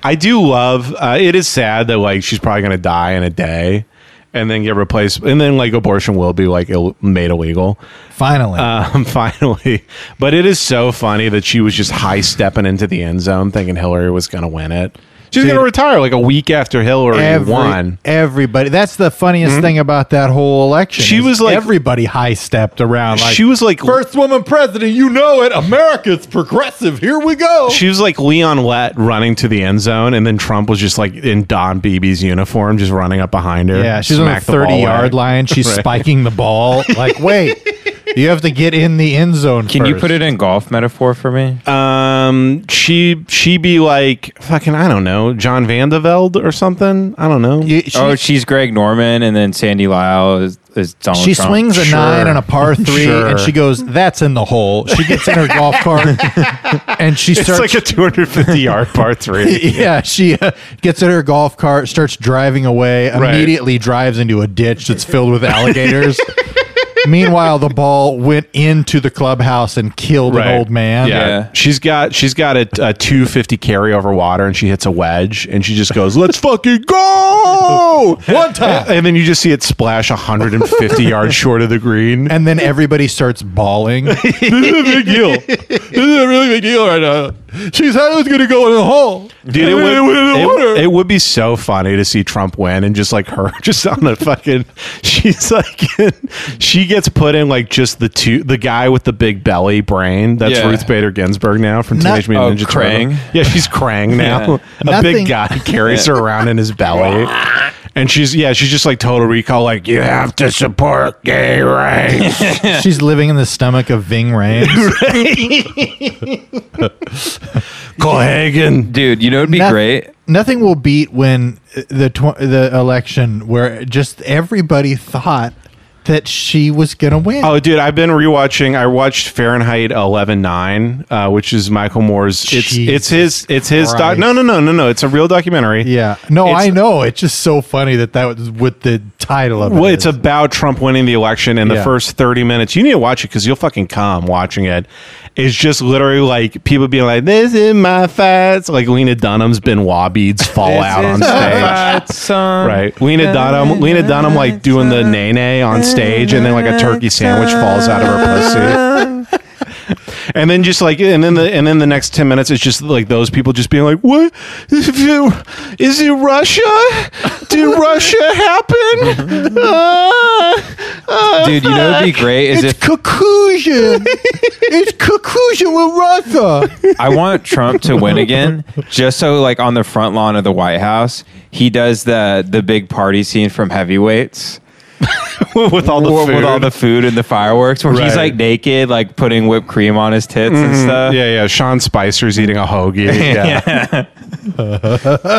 I do love. Uh, it is sad that like she's probably gonna die in a day, and then get replaced, and then like abortion will be like Ill- made illegal Finally. um, finally. But it is so funny that she was just high stepping into the end zone, thinking Hillary was gonna win it. She's Dude. gonna retire like a week after Hillary Every- won. Everybody. That's the funniest thing about that whole election. Hmm? She is was like- everybody high stepped around. Like, she was like first woman president. You know it. America's progressive. Here we go. She was like Leon Lett running to the end zone, and then Trump was just like in Don Beebe's uniform, just running up behind her. yeah, she's on the smack ball thirty yard away. line. She's Right. spiking the ball. Like, wait, you have to get in the end zone. Can you put first. it in golf metaphor for me? Um, she she be like fucking I don't know John Vandeveld or something. I don't know. You- she- oh, she's Greg Norman, and then Sandy Lyle is, is Donald. She Trump. swings a Sure. nine on a par three, and Sure. she goes, "That's in the hole." She gets in her golf cart, and she it's starts. like a 250 yard par three. yeah, she uh, gets in her golf cart, starts driving away, Right. immediately drives into a ditch that's filled with alligators. Meanwhile, the ball went into the clubhouse and killed Right. an old man. Yeah. Yeah. she's got she's got a, a 250 carry over water, and she hits a wedge, and she just goes, "Let's fucking go!" One time. and then you just see it splash 150 yards short of the green. And then everybody starts bawling. this a big deal. is a really big deal right now. She said it was going to go in the hole. Dude, it would, it, it would be so funny to see Trump win and just like her just on a fucking she's like in, she gets put in like just the two the guy with the big belly brain that's Yeah. Ruth Bader Ginsburg now from Not- Teenage Mutant Oh, Ninja Krang. Turtles. Yeah, she's Krang now. A Nothing- big guy carries her around in his belly. And she's yeah, she's just like total recall like you have to support gay rights. She's living in the stomach of Ving Rhames. Cohagen. Dude, you know it'd be Noth- great. Nothing will beat when uh, the tw- the election where just everybody thought that she was going to win. Oh, dude, I've been rewatching. I watched Fahrenheit 11.9, uh, which is Michael Moore's. It's it's Jesus his it's his doc. Christ. No, no, no, no, no. It's a real documentary. Yeah. No, It's- I know. It's just so funny that that was what the title of it. Well, it's is. about Trump winning the election in Yeah. the first 30 minutes. You need to watch it because you'll fucking come watching it. It's just literally like people being like, this is my fights. Like Lena Dunham's Benoit beads fall out on stage. Right. Lena Dunham, Lena Dunham, like doing the nay nay on stage, and then like a turkey sandwich falls out of her pussy. And then just like, and then the and then the next ten minutes, it's just like those people just being like, "What is it? Russia? Did Russia happen? Uh, uh, Dude, you know it'd be great is It's if conclusion. it's conclusion with Russia. I want Trump to win again, just so like on the front lawn of the White House, he does the the big party scene from Heavyweights. with all the Or food. with all the food and the fireworks, where he's Right. Mm-hmm. like naked, like putting whipped cream on his tits and stuff. yeah, yeah. Sean Spicer's eating a hoagie. Yeah.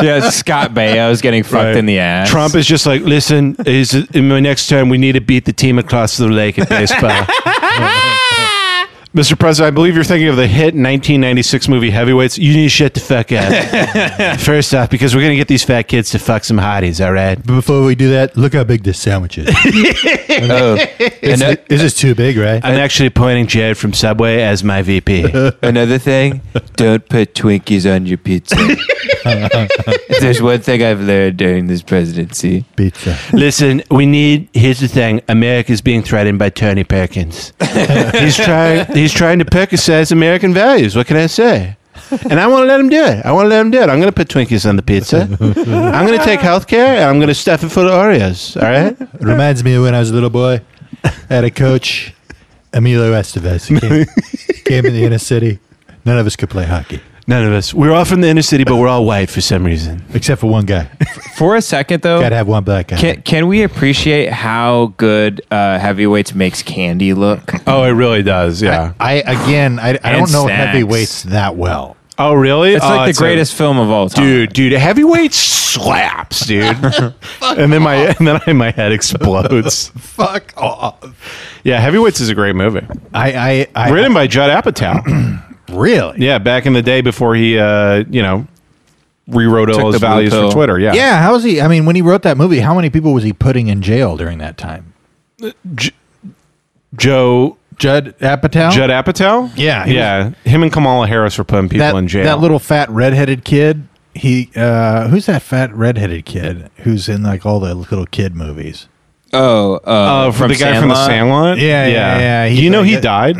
yeah, Scott Baio's getting fucked Right. in the ass. Trump is just like, listen, is in my next term we need to beat the team across the lake at baseball. Mr. President, I believe you're thinking of the hit 1996 movie Heavyweights. You need to shut the fuck up. First off, because we're gonna get these fat kids to fuck some hotties, all right? But before we do that, look how big this sandwich is. Oh, Ano- this is too big, right? I'm actually appointing Jared from Subway as my VP. another thing, don't put Twinkies on your pizza. if there's one thing I've learned during this presidency, Pizza. Listen, we need. Here's the thing: America's being threatened by Tony Perkins. he's trying. He's trying to Perkins American values. What can I say? And I want to let him do it. I want to let him do it. I'm going to put Twinkies on the pizza. I'm going to take health care and I'm going to stuff it full of Oreos. All right. Reminds me of when I was a little boy. I had a coach, Emilio Estevez. He came, came in the inner city. None of us could play hockey. None of us. We're all from the inner city, but we're all white for some reason. Except for one guy. For a second, though, Gotta have one black guy. can, can we appreciate how good uh, heavyweights makes candy look? Oh, it really does. Yeah. I again, I, I don't And know snacks. heavyweights that well. oh, really? It's Oh, like the a- greatest film of all time. dude, dude, heavyweight slaps, dude. and then my and then I, my head explodes. Fuck off. yeah, heavyweights is a great movie. I, I, I Written by Judd Apatow. really. yeah, back in the day before he, uh, you know, rewrote Took all the his blue values pill. for Twitter. Yeah, Yeah, how is he? I mean, when he wrote that movie, how many people was he putting in jail during that time? Joe Judd Apatow. Judd Apatow. Oh. Yeah, he yeah. Him and Kamala Harris were putting people that, in jail. that little fat redheaded kid. He uh, who's that fat redheaded kid who's in like all the little kid movies? Oh, uh, uh, from the guy from the Sandlot? Sandlot. Yeah, yeah, yeah. He's you know like he a- died.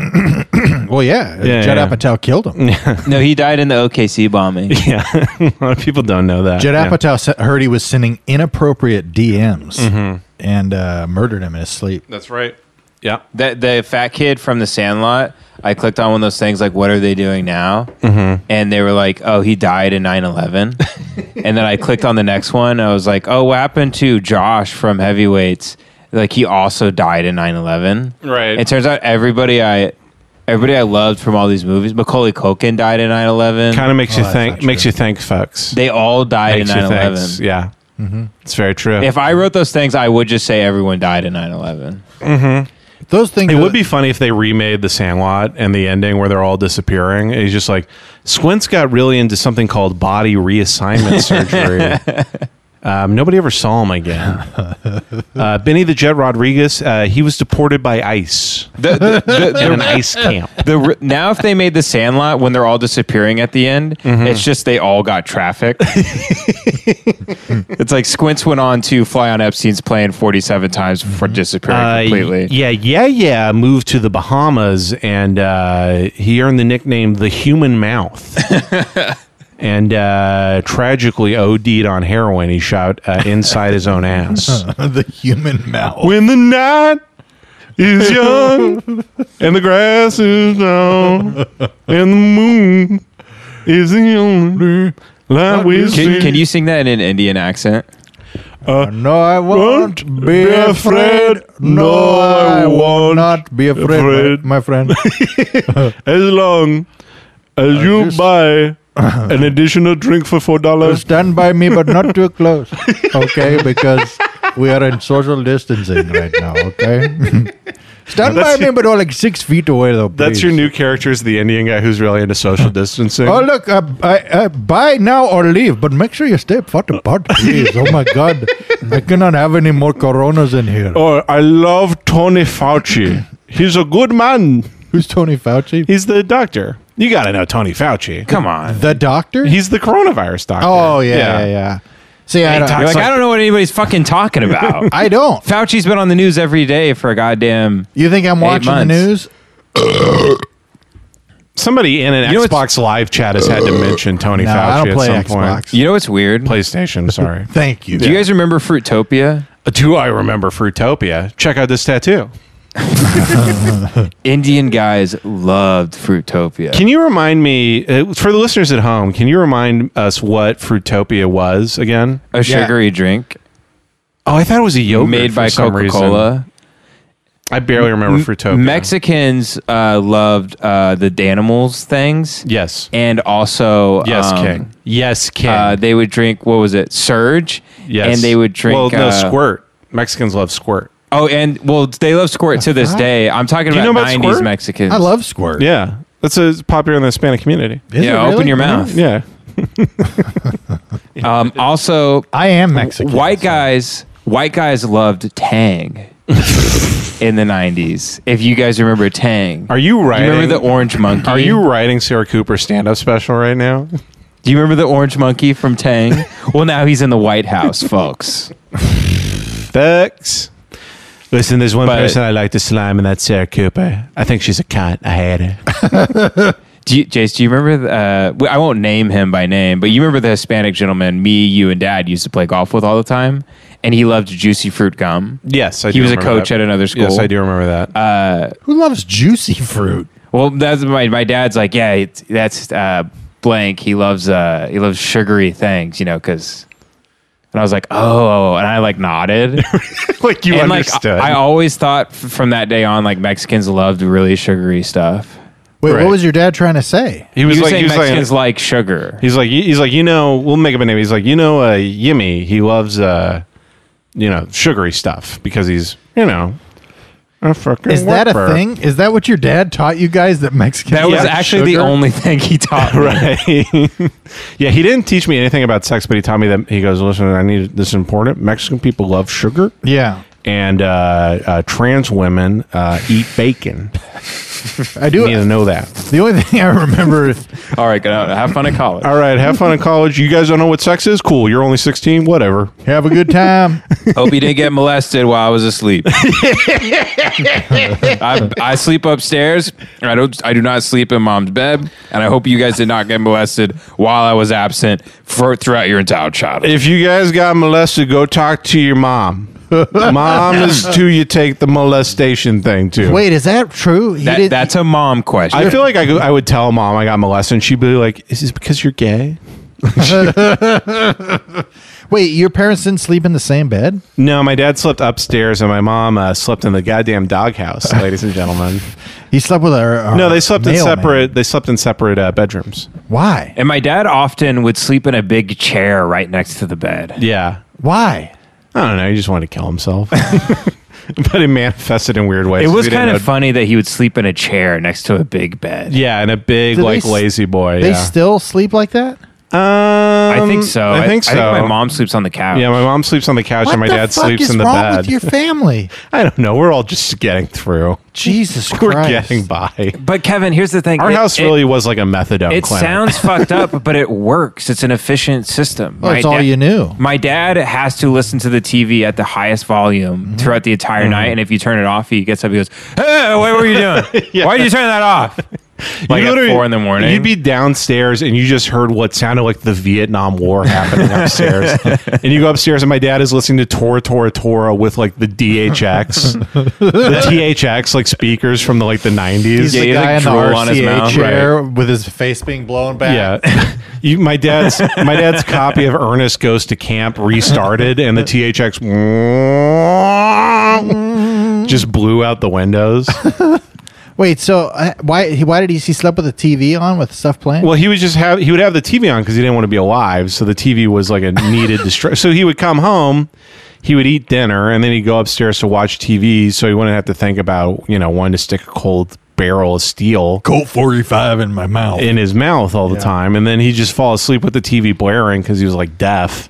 Well, yeah, Yeah, Judd yeah. Apatow killed him. No, he died in the OKC bombing. yeah, a lot of people don't know that. Judd yeah. Apatow se- heard he was sending inappropriate DMs Mm-hmm. and uh, murdered him in his sleep. That's right. Yeah. the, the fat kid from the Sandlot. I clicked on one of those things like, what are they doing now? Mm-hmm. And they were like, oh, he died in 9 11. and then I clicked on the next one. I was like, oh, what happened to Josh from Heavyweights? Like, he also died in 9 11. Right. It turns out everybody I. Everybody I loved from all these movies, Macaulay Culkin died in 9 11. Kind of makes Oh, you that's think. not Makes true. you think, folks. they all died in makes 9 you think. 11. Yeah. It's very true. If I wrote those things, I would just say everyone died in 9 11. Those things it would be funny if they remade The Sandlot and the ending where they're all disappearing. And he's just like, Squint's got really into something called body reassignment surgery. Um, nobody ever saw him again. Uh, Benny the Jet Rodriguez, uh, he was deported by ICE The- the- the- in an ICE camp. The r- now if they made the Sandlot when they're all disappearing at the end, Mm-hmm. it's just they all got trafficked. it's like Squints went on to fly on Epstein's plane forty-seven times before disappearing completely. Mm-hmm. Uh, Yeah, yeah, yeah. Moved to the Bahamas and uh, he earned the nickname the Human Mouth. and uh, tragically OD'd on heroin. He shot uh, inside his own ass. the human mouth. when the night is young and the grass is down and the moon is the only light we see. Can, can you sing that in an Indian accent? No, I won't, Won't be be afraid. afraid. No, No, I I will won't not be afraid, my- afraid. my friend. as long as you just- buy an additional drink for four dollars. Stand by me, but not too close, okay? Because we are in social distancing right now, okay? Stand by me, but all like six feet away, though. That's please. your new character is the Indian guy who's really into social distancing. Oh look, uh, I, uh, buy now or leave, but make sure you stay apart, apart, please. Oh my God, I cannot have any more coronas in here. oh, I love Tony Fauci. He's a good man. Who's Tony Fauci? He's the doctor. You got to know Tony Fauci. Come on. the doctor? He's the coronavirus doctor. oh yeah, yeah, yeah. See, I You're don't, like, I don't know what anybody's fucking talking about. I don't. Fauci's been on the news every day for a goddamn. You think I'm watching the months. news? Somebody in an You know Xbox Live chat has had to mention Tony No, Fauci I don't play at some Xbox. point. You know what's weird? PlayStation, sorry. Thank you. Do you guys remember Fruitopia? Do I remember Fruitopia? Check out this tattoo. Indian guys loved Fruitopia. Can you remind me, uh, for the listeners at home, can you remind us what Fruitopia was again? a sugary drink Oh, I thought it was a yogurt made for by some Coca reason. Cola. I barely remember Fruitopia. Mexicans uh, loved uh, the Danimals things. Yes. And also, Yes, um, King. Yes, King. Uh, they would drink what was it, Surge? yes. And they would drink. Well, no, uh, Squirt. Mexicans love Squirt. Oh, and well, they love Squirt to this day. I'm talking Do you about, know about 90s Squirt? Mexicans. I love Squirt. Yeah. That's a, it's popular in the Hispanic community. Is it Yeah, really? open your mouth. Yeah. Um, also, I am Mexican. white guys, white guys loved Tang. in the 90s, if you guys remember Tang, Are you Do writing? you remember the Orange Monkey? Are you writing Sarah Cooper stand up special right now? Do you remember the Orange Monkey from Tang? well, now he's in the White House, folks. Thanks. Listen, there's one But- person I like to slime, and that's Sarah Cooper. I think she's a cunt. I hate her. Do you, Jace, do you remember? The, uh, w- I won't name him by name, but you remember the Hispanic gentleman me, you, and Dad used to play golf with all the time, and he loved juicy fruit gum. Yes, I He do was a remember coach that. at another school. Yes, I do remember that. Uh, Who loves juicy fruit? Well, that's my my dad's like, yeah, it's, that's uh, blank. He loves uh he loves sugary things, you know, because. And I was like, oh, and I like nodded. like you and like understood. I, I always thought f- from that day on, like Mexicans loved really sugary stuff. Wait, Right. what was your dad trying to say? he was you like, say he was like, Mexicans like sugar. he's like, he's like, you know, we'll make up a name. He's like, you know, uh, Yimmy, he loves, uh, you know, sugary stuff because he's, you know, a fucking Is that a worker. thing? Is that what your dad taught you guys that Mexicans? That was like actually sugar? the only thing he taught. me. right yeah he didn't teach me anything about sex but he taught me that he goes listen i need this is important mexican people love sugar Yeah, and uh, uh, trans women uh, eat bacon I you need to do. know that The only thing I remember All right, go out. Have fun at college. all right have fun in college you guys don't know what sex is cool you're only 16 whatever Have a good time. Hope you didn't get molested while I was asleep. I, I sleep upstairs. I don't. I do not sleep in mom's bed, and I hope you guys did not get molested while I was absent for throughout your entire childhood. if you guys got molested go talk to your mom mom is who you take the molestation thing to Wait, is that true? He That, didn't- that's a mom question. I feel like I, go- I would tell mom I got molested, and she'd be like, "Is this because you're gay?" Wait, your parents didn't sleep in the same bed? No, my dad slept upstairs, and my mom uh, slept in the goddamn doghouse, ladies and gentlemen. He slept with our. our No, they slept in mailman. separate. They slept in separate uh, bedrooms. Why? and my dad often would sleep in a big chair right next to the bed. Yeah, Why? I don't know. He just wanted to kill himself, but it manifested in weird ways. It was We didn't kind of know- funny that he would sleep in a chair next to a big bed. Yeah, and a big Do they like s- lazy boy. They yeah. still sleep like that? um, I think so. I think so. my mom sleeps on the couch. Yeah, my mom sleeps on the couch, What and my the dad fuck sleeps is in the wrong bed. with your family? I don't know. We're all just getting through. Jesus Christ. We're getting by. But Kevin, here's the thing. Our It- house it- really was like a methadone. It clinic. sounds fucked up, but it works. It's an efficient system. Well, it's My all da- you knew. My dad has to listen to the TV at the highest volume Mm-hmm. throughout the entire night, and if you turn it off, he gets up. He goes, "Hey, what were you doing? Why did you turn that off?" Like You at literally- four in the morning. You'd be downstairs and you just heard what sounded like the Vietnam War happening upstairs. and you go upstairs and my dad is listening to Tora Tora Tora with like the DHX, the THX like speakers from the like the nineties. He's Yeah, the he has, guy like, in the drool on his RCA mouth, chair with his face being blown back. Yeah, you, my dad's my dad's copy of Ernest Goes to Camp restarted, and the THX just blew out the windows. Wait, so uh, why he why did he, he slept with the TV on with stuff playing? Well, he was just have he would have the TV on because he didn't want to be alive, so the TV was like a needed distraction. So he would come home, he would eat dinner, and then he'd go upstairs to watch TV, so he wouldn't have to think about you know wanting to stick a cold barrel of steel Colt 45 in my mouth. in his mouth all the time, and then he'd just fall asleep with the TV blaring because he was like deaf.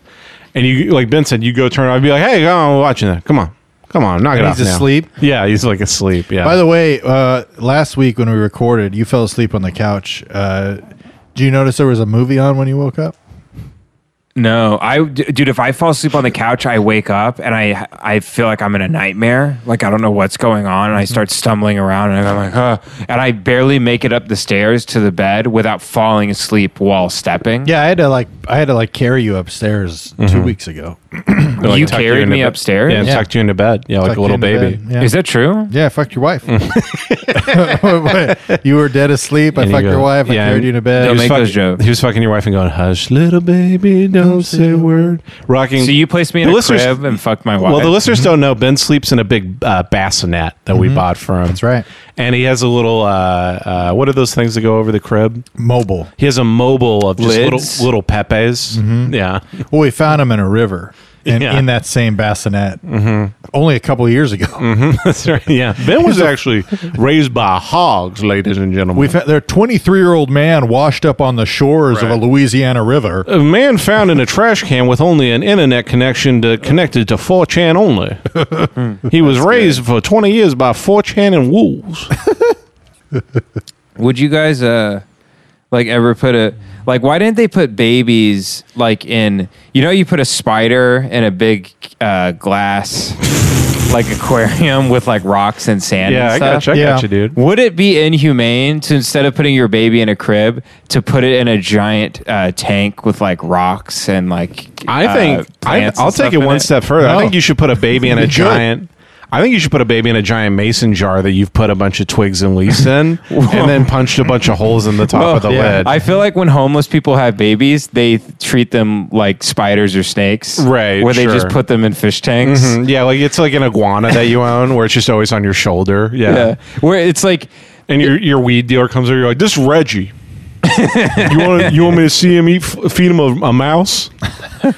And you like Ben said, you go turn. I'd be like, hey, come on, we're watching that. Come on, come on, knock it And off. he's now." asleep? Yeah, he's like asleep. Yeah. By the way, uh, last week when we recorded, you fell asleep on the couch. Uh, do you notice there was a movie on when you woke up? no, I d- dude. If I fall asleep on the couch, I wake up and I I feel like I'm in a nightmare. Like I don't know what's going on, and I Mm-hmm. start stumbling around, and I'm like, huh. And I barely make it up the stairs to the bed without falling asleep while stepping. Yeah, I had to like I had to like carry you upstairs two weeks ago. Mm-hmm. Like, you tucked carried into me bed- upstairs? Yeah, and Yeah. tucked you into bed. Yeah, like Tucked a little you into baby. Mm. bed. Yeah. Is that true? Yeah, I fucked your wife. you were dead asleep. I And you fucked go- your wife. I yeah, carried you to Don't bed. He was make fucking- those jokes. He was fucking your wife and going, "Hush, little baby, don't say a word." Rocking. So you placed me in The a listeners- crib and fucked my wife. well, the listeners don't know. Ben sleeps in a big uh, bassinet that we bought for him. Mm-hmm. That's right. And he has a little. Uh, uh, what are those things that go over the crib? Mobile. He has a mobile of just Lids? little little Pepe's. Yeah, Well, we found him in a river in, Yeah. in that same bassinet only a couple years ago. that's right. Yeah, Ben was actually raised by hogs, ladies and gentlemen. We found there a 23 year old man washed up on the shores of a Louisiana river. a man found in a trash can with only an internet connection to, connected to 4chan only. he was raised for 20 years by 4chan and wolves. Would you guys uh like ever put a like why didn't they put babies like in you know you put a spider in a big uh glass like aquarium with like rocks and sand and Yeah, I stuff? got you. I Yeah. got you, dude. Would it be inhumane to instead of putting your baby in a crib to put it in a giant uh, tank with like rocks and like I uh, think I, plants and I'll take stuff it in one step further. I No. think you should put a baby in a Good. giant. I think you should put a baby in a giant mason jar that you've put a bunch of twigs and leaves in, and then punched a bunch of holes in the top of the lid. I feel like when homeless people have babies, they th- treat them like spiders or snakes. Right, Where they just sure. put them in fish tanks. Mhm. Yeah, like it's like an iguana that you own, where it's just always on your shoulder. Yeah, Yeah. Where it's like, and your your weed dealer comes over, you're like, "This is Reggie, you want you want me to see him eat feed him a, a mouse?" you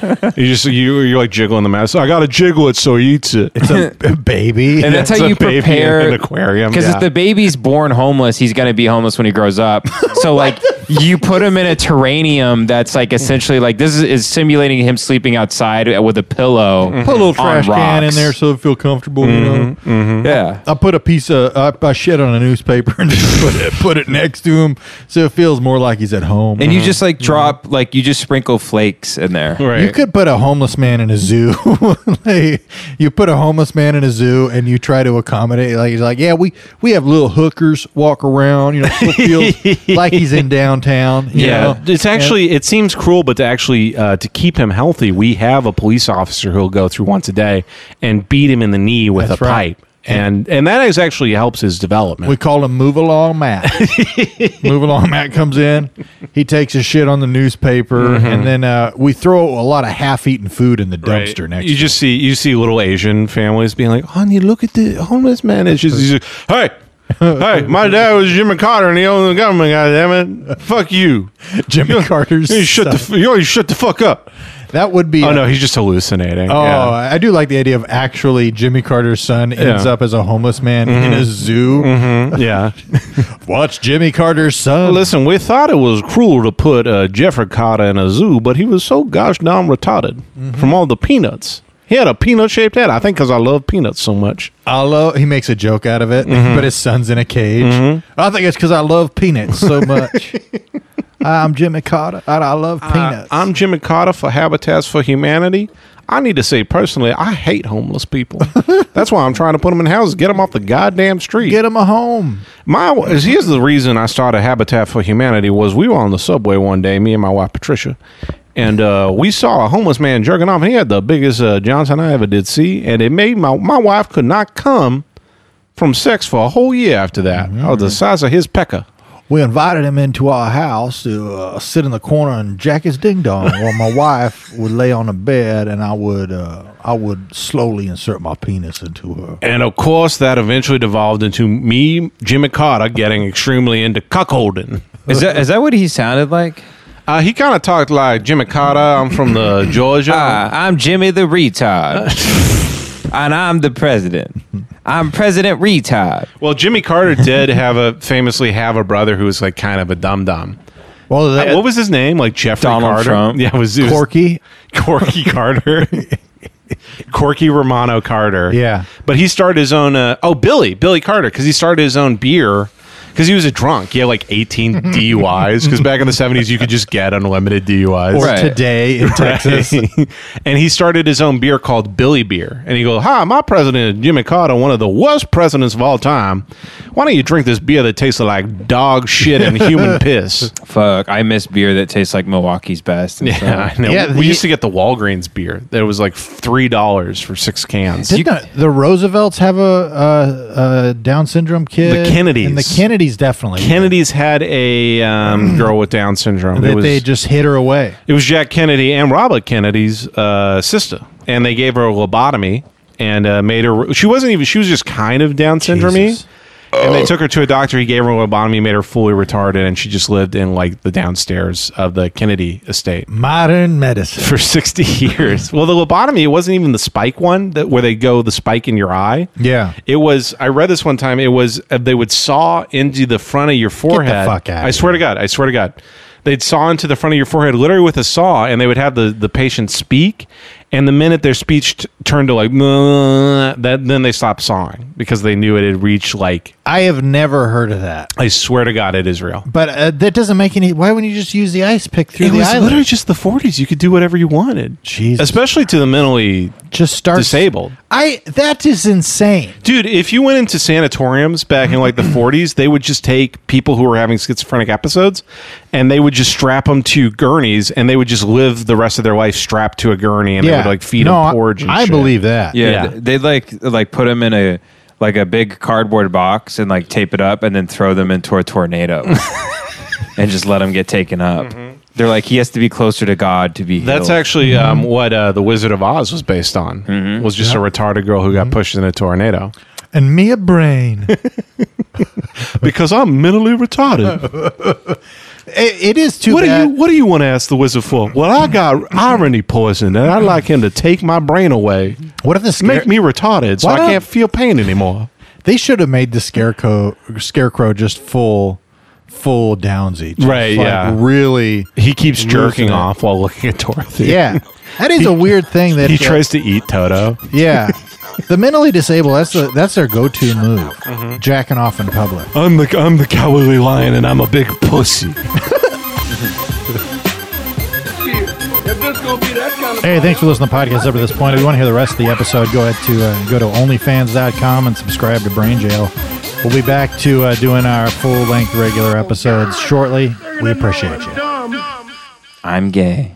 just you you're like jiggling the mouse. I got to jiggle it so he eats it. It's a baby. and that's It's how a you baby in prepare an aquarium, Because yeah. if the baby's born homeless, he's going to be homeless when he grows up. So, like, you put him in a terrarium that's like essentially like this is, is simulating him sleeping outside with a pillow. Mm-hmm. Put a little on trash can in rocks. there so it feel comfortable. You know, Mm-hmm. Yeah. Mm-hmm. I put a piece of I, I shit on a newspaper and just put it put it next to him so it feels more like he's at home. And you Mm-hmm. just like drop, like, you just sprinkle flakes in there. You could put a homeless man in a zoo. like, you put a homeless man in a zoo, and you try to accommodate. Like he's like, yeah, we we have little hookers walk around, you know, footfields, like he's in downtown. you know? it's actually it seems cruel, but to actually uh, to keep him healthy, we have a police officer who'll go through once a day and beat him in the knee with That's a right. pipe, and and that is actually helps his development. We call him Move Along Matt. Move Along Matt comes in. He takes his shit on the newspaper, Mm-hmm. and then uh, we throw a lot of half-eaten food in the dumpster Right. next. You to just see you see little Asian families being like, "Honey, look at the homeless man." It's just he's like, "Hey, hey, my dad was Jimmy Carter and he owned the government. Goddamn it, fuck you, Jimmy Carter's You shut the f- you always shut the fuck up." that would be. Oh no, he's just hallucinating. Oh, Yeah. I do like the idea of actually Jimmy Carter's son ends Yeah. Mm-hmm. up as a homeless man in a zoo. yeah. Watch Jimmy Carter's son. Listen, we thought it was cruel to put uh, Jeffrey Carter in a zoo, but he was so gosh darn retarded from all the peanuts. He had a peanut shaped head, I think, because I love peanuts so much. I love. He makes a joke out of it, Mm-hmm. but his son's in a cage. I think it's because I love peanuts so much. I'm Jimmy Carter. and I love peanuts. I, am Jimmy Carter for Habitats for Humanity. I need to say personally, I hate homeless people. That's why I'm trying to put them in houses, get them off the goddamn street. Get him a home. My here's the reason I started Habitat for Humanity was we were on the subway one day, me and my wife Patricia, and uh, we saw a homeless man jerking off, and he had the biggest uh, Johnson I ever did see, and it made my my wife could not come from sex for a whole year after that. I was the size of his pecker. We invited him into our house to uh, sit in the corner and jack his ding dong, while my wife would lay on a bed and I would uh, I would slowly insert my penis into her. And of course, that eventually devolved into me, Jimmy Carter, getting extremely into cuckolding. Is that is that what he sounded like? Uh, he kind of talked like Jimmy Carter. I'm from the Georgia. Uh, I'm Jimmy the retard, and I'm the president. I'm President Retard. well, Jimmy Carter did have a famously have a brother who was like kind of a dum dum. Well, that Uh, What was his name? Like Jeffrey Donald Carter. Trump. Yeah, it was, it was Corky. Corky Carter. Corky Romano Carter. Yeah. But he started his own, uh, oh, Billy, Billy Carter, because he started his own beer because he was a drunk. He had like 18 DUIs because back in the 70s, you could just get unlimited DUIs. Or Right. today in Texas. and he started his own beer called Billy Beer. And he goes, Hi, my president is Jimmy Carter, one of the worst presidents of all time. Why don't you drink this beer that tastes like dog shit and human piss? Fuck, I miss beer that tastes like Milwaukee's best. and Yeah, stuff. I know. Yeah, we, the- we used to get the Walgreens beer. That was like three dollars for six cans. Didn't the, the Roosevelts have a, uh, a Down syndrome kid? The Kennedys. And the Kennedys definitely. Kennedy's had a um, girl with Down syndrome. that It was they just hit her away. it was Jack Kennedy and Robert Kennedy's uh, sister, and they gave her a lobotomy and uh, made her. She wasn't even. She was just kind of Down syndrome. Jesus. And they took her to a doctor. He gave her a lobotomy, made her fully retarded, and she just lived in like the downstairs of the Kennedy estate. Modern medicine. for 60 years. Well, the lobotomy, it wasn't even the spike one that where they go the spike in your eye. Yeah. It was I read this one time it was uh, they would saw into the front of your forehead. fuck outta I swear to god, I swear to god. They'd saw into the front of your forehead literally with a saw and they would have the the patient speak and the minute their speech t- turned to like "Nah," that then they stopped sawing because they knew it had reached like I have never heard of that. I swear to god it is real. But uh, that doesn't make any. Why wouldn't you just use the ice pick through It the was literally eyelid? just the 40s. You could do whatever you wanted. Jesus. Especially to the mentally Just start disabled. I that is insane. Dude, if you went into sanatoriums back in like the 40s, they would just take people who were having schizophrenic episodes and they would just strap them to gurneys and they would just live the rest of their life strapped to a gurney and would like feed no, him I- porridge. And I shit. believe that. Yeah, Yeah. th- they'd like like put them in a like a big cardboard box and like tape it up and then throw them into a tornado and just let them get taken up. They're like he has to be closer to God to be healed. That's actually Mm-hmm. um, what uh, the Wizard of Oz was based on. Was just a retarded girl who Mm-hmm. got pushed in a tornado And me a brain. it, because I'm mentally retarded. it is too what do bad. you What do you want to ask the wizard for? Well, I got irony poison, and I'd like him to take my brain away, what if the scare- make me retarded, so Why I not? can't feel pain anymore. They should have made the scarecrow scarecrow just full full downsy. Just Right, like yeah. Really He keeps jerking it. off while looking at Dorothy. Yeah. That is a weird thing that he uh, tries to eat Toto. Yeah. The mentally disabled, that's the, that's their go to move. Mm-hmm. Jacking off in public. I'm the I'm the cowardly lion, and I'm a big pussy. If this gonna be that kind of Hey, thanks for listening to the podcast up to this point. If you want to hear the rest of the episode, go ahead to uh, go to onlyfans.com and subscribe to Brain Jail. We'll be back to uh, doing our full length regular episodes shortly. We appreciate you. I'm gay.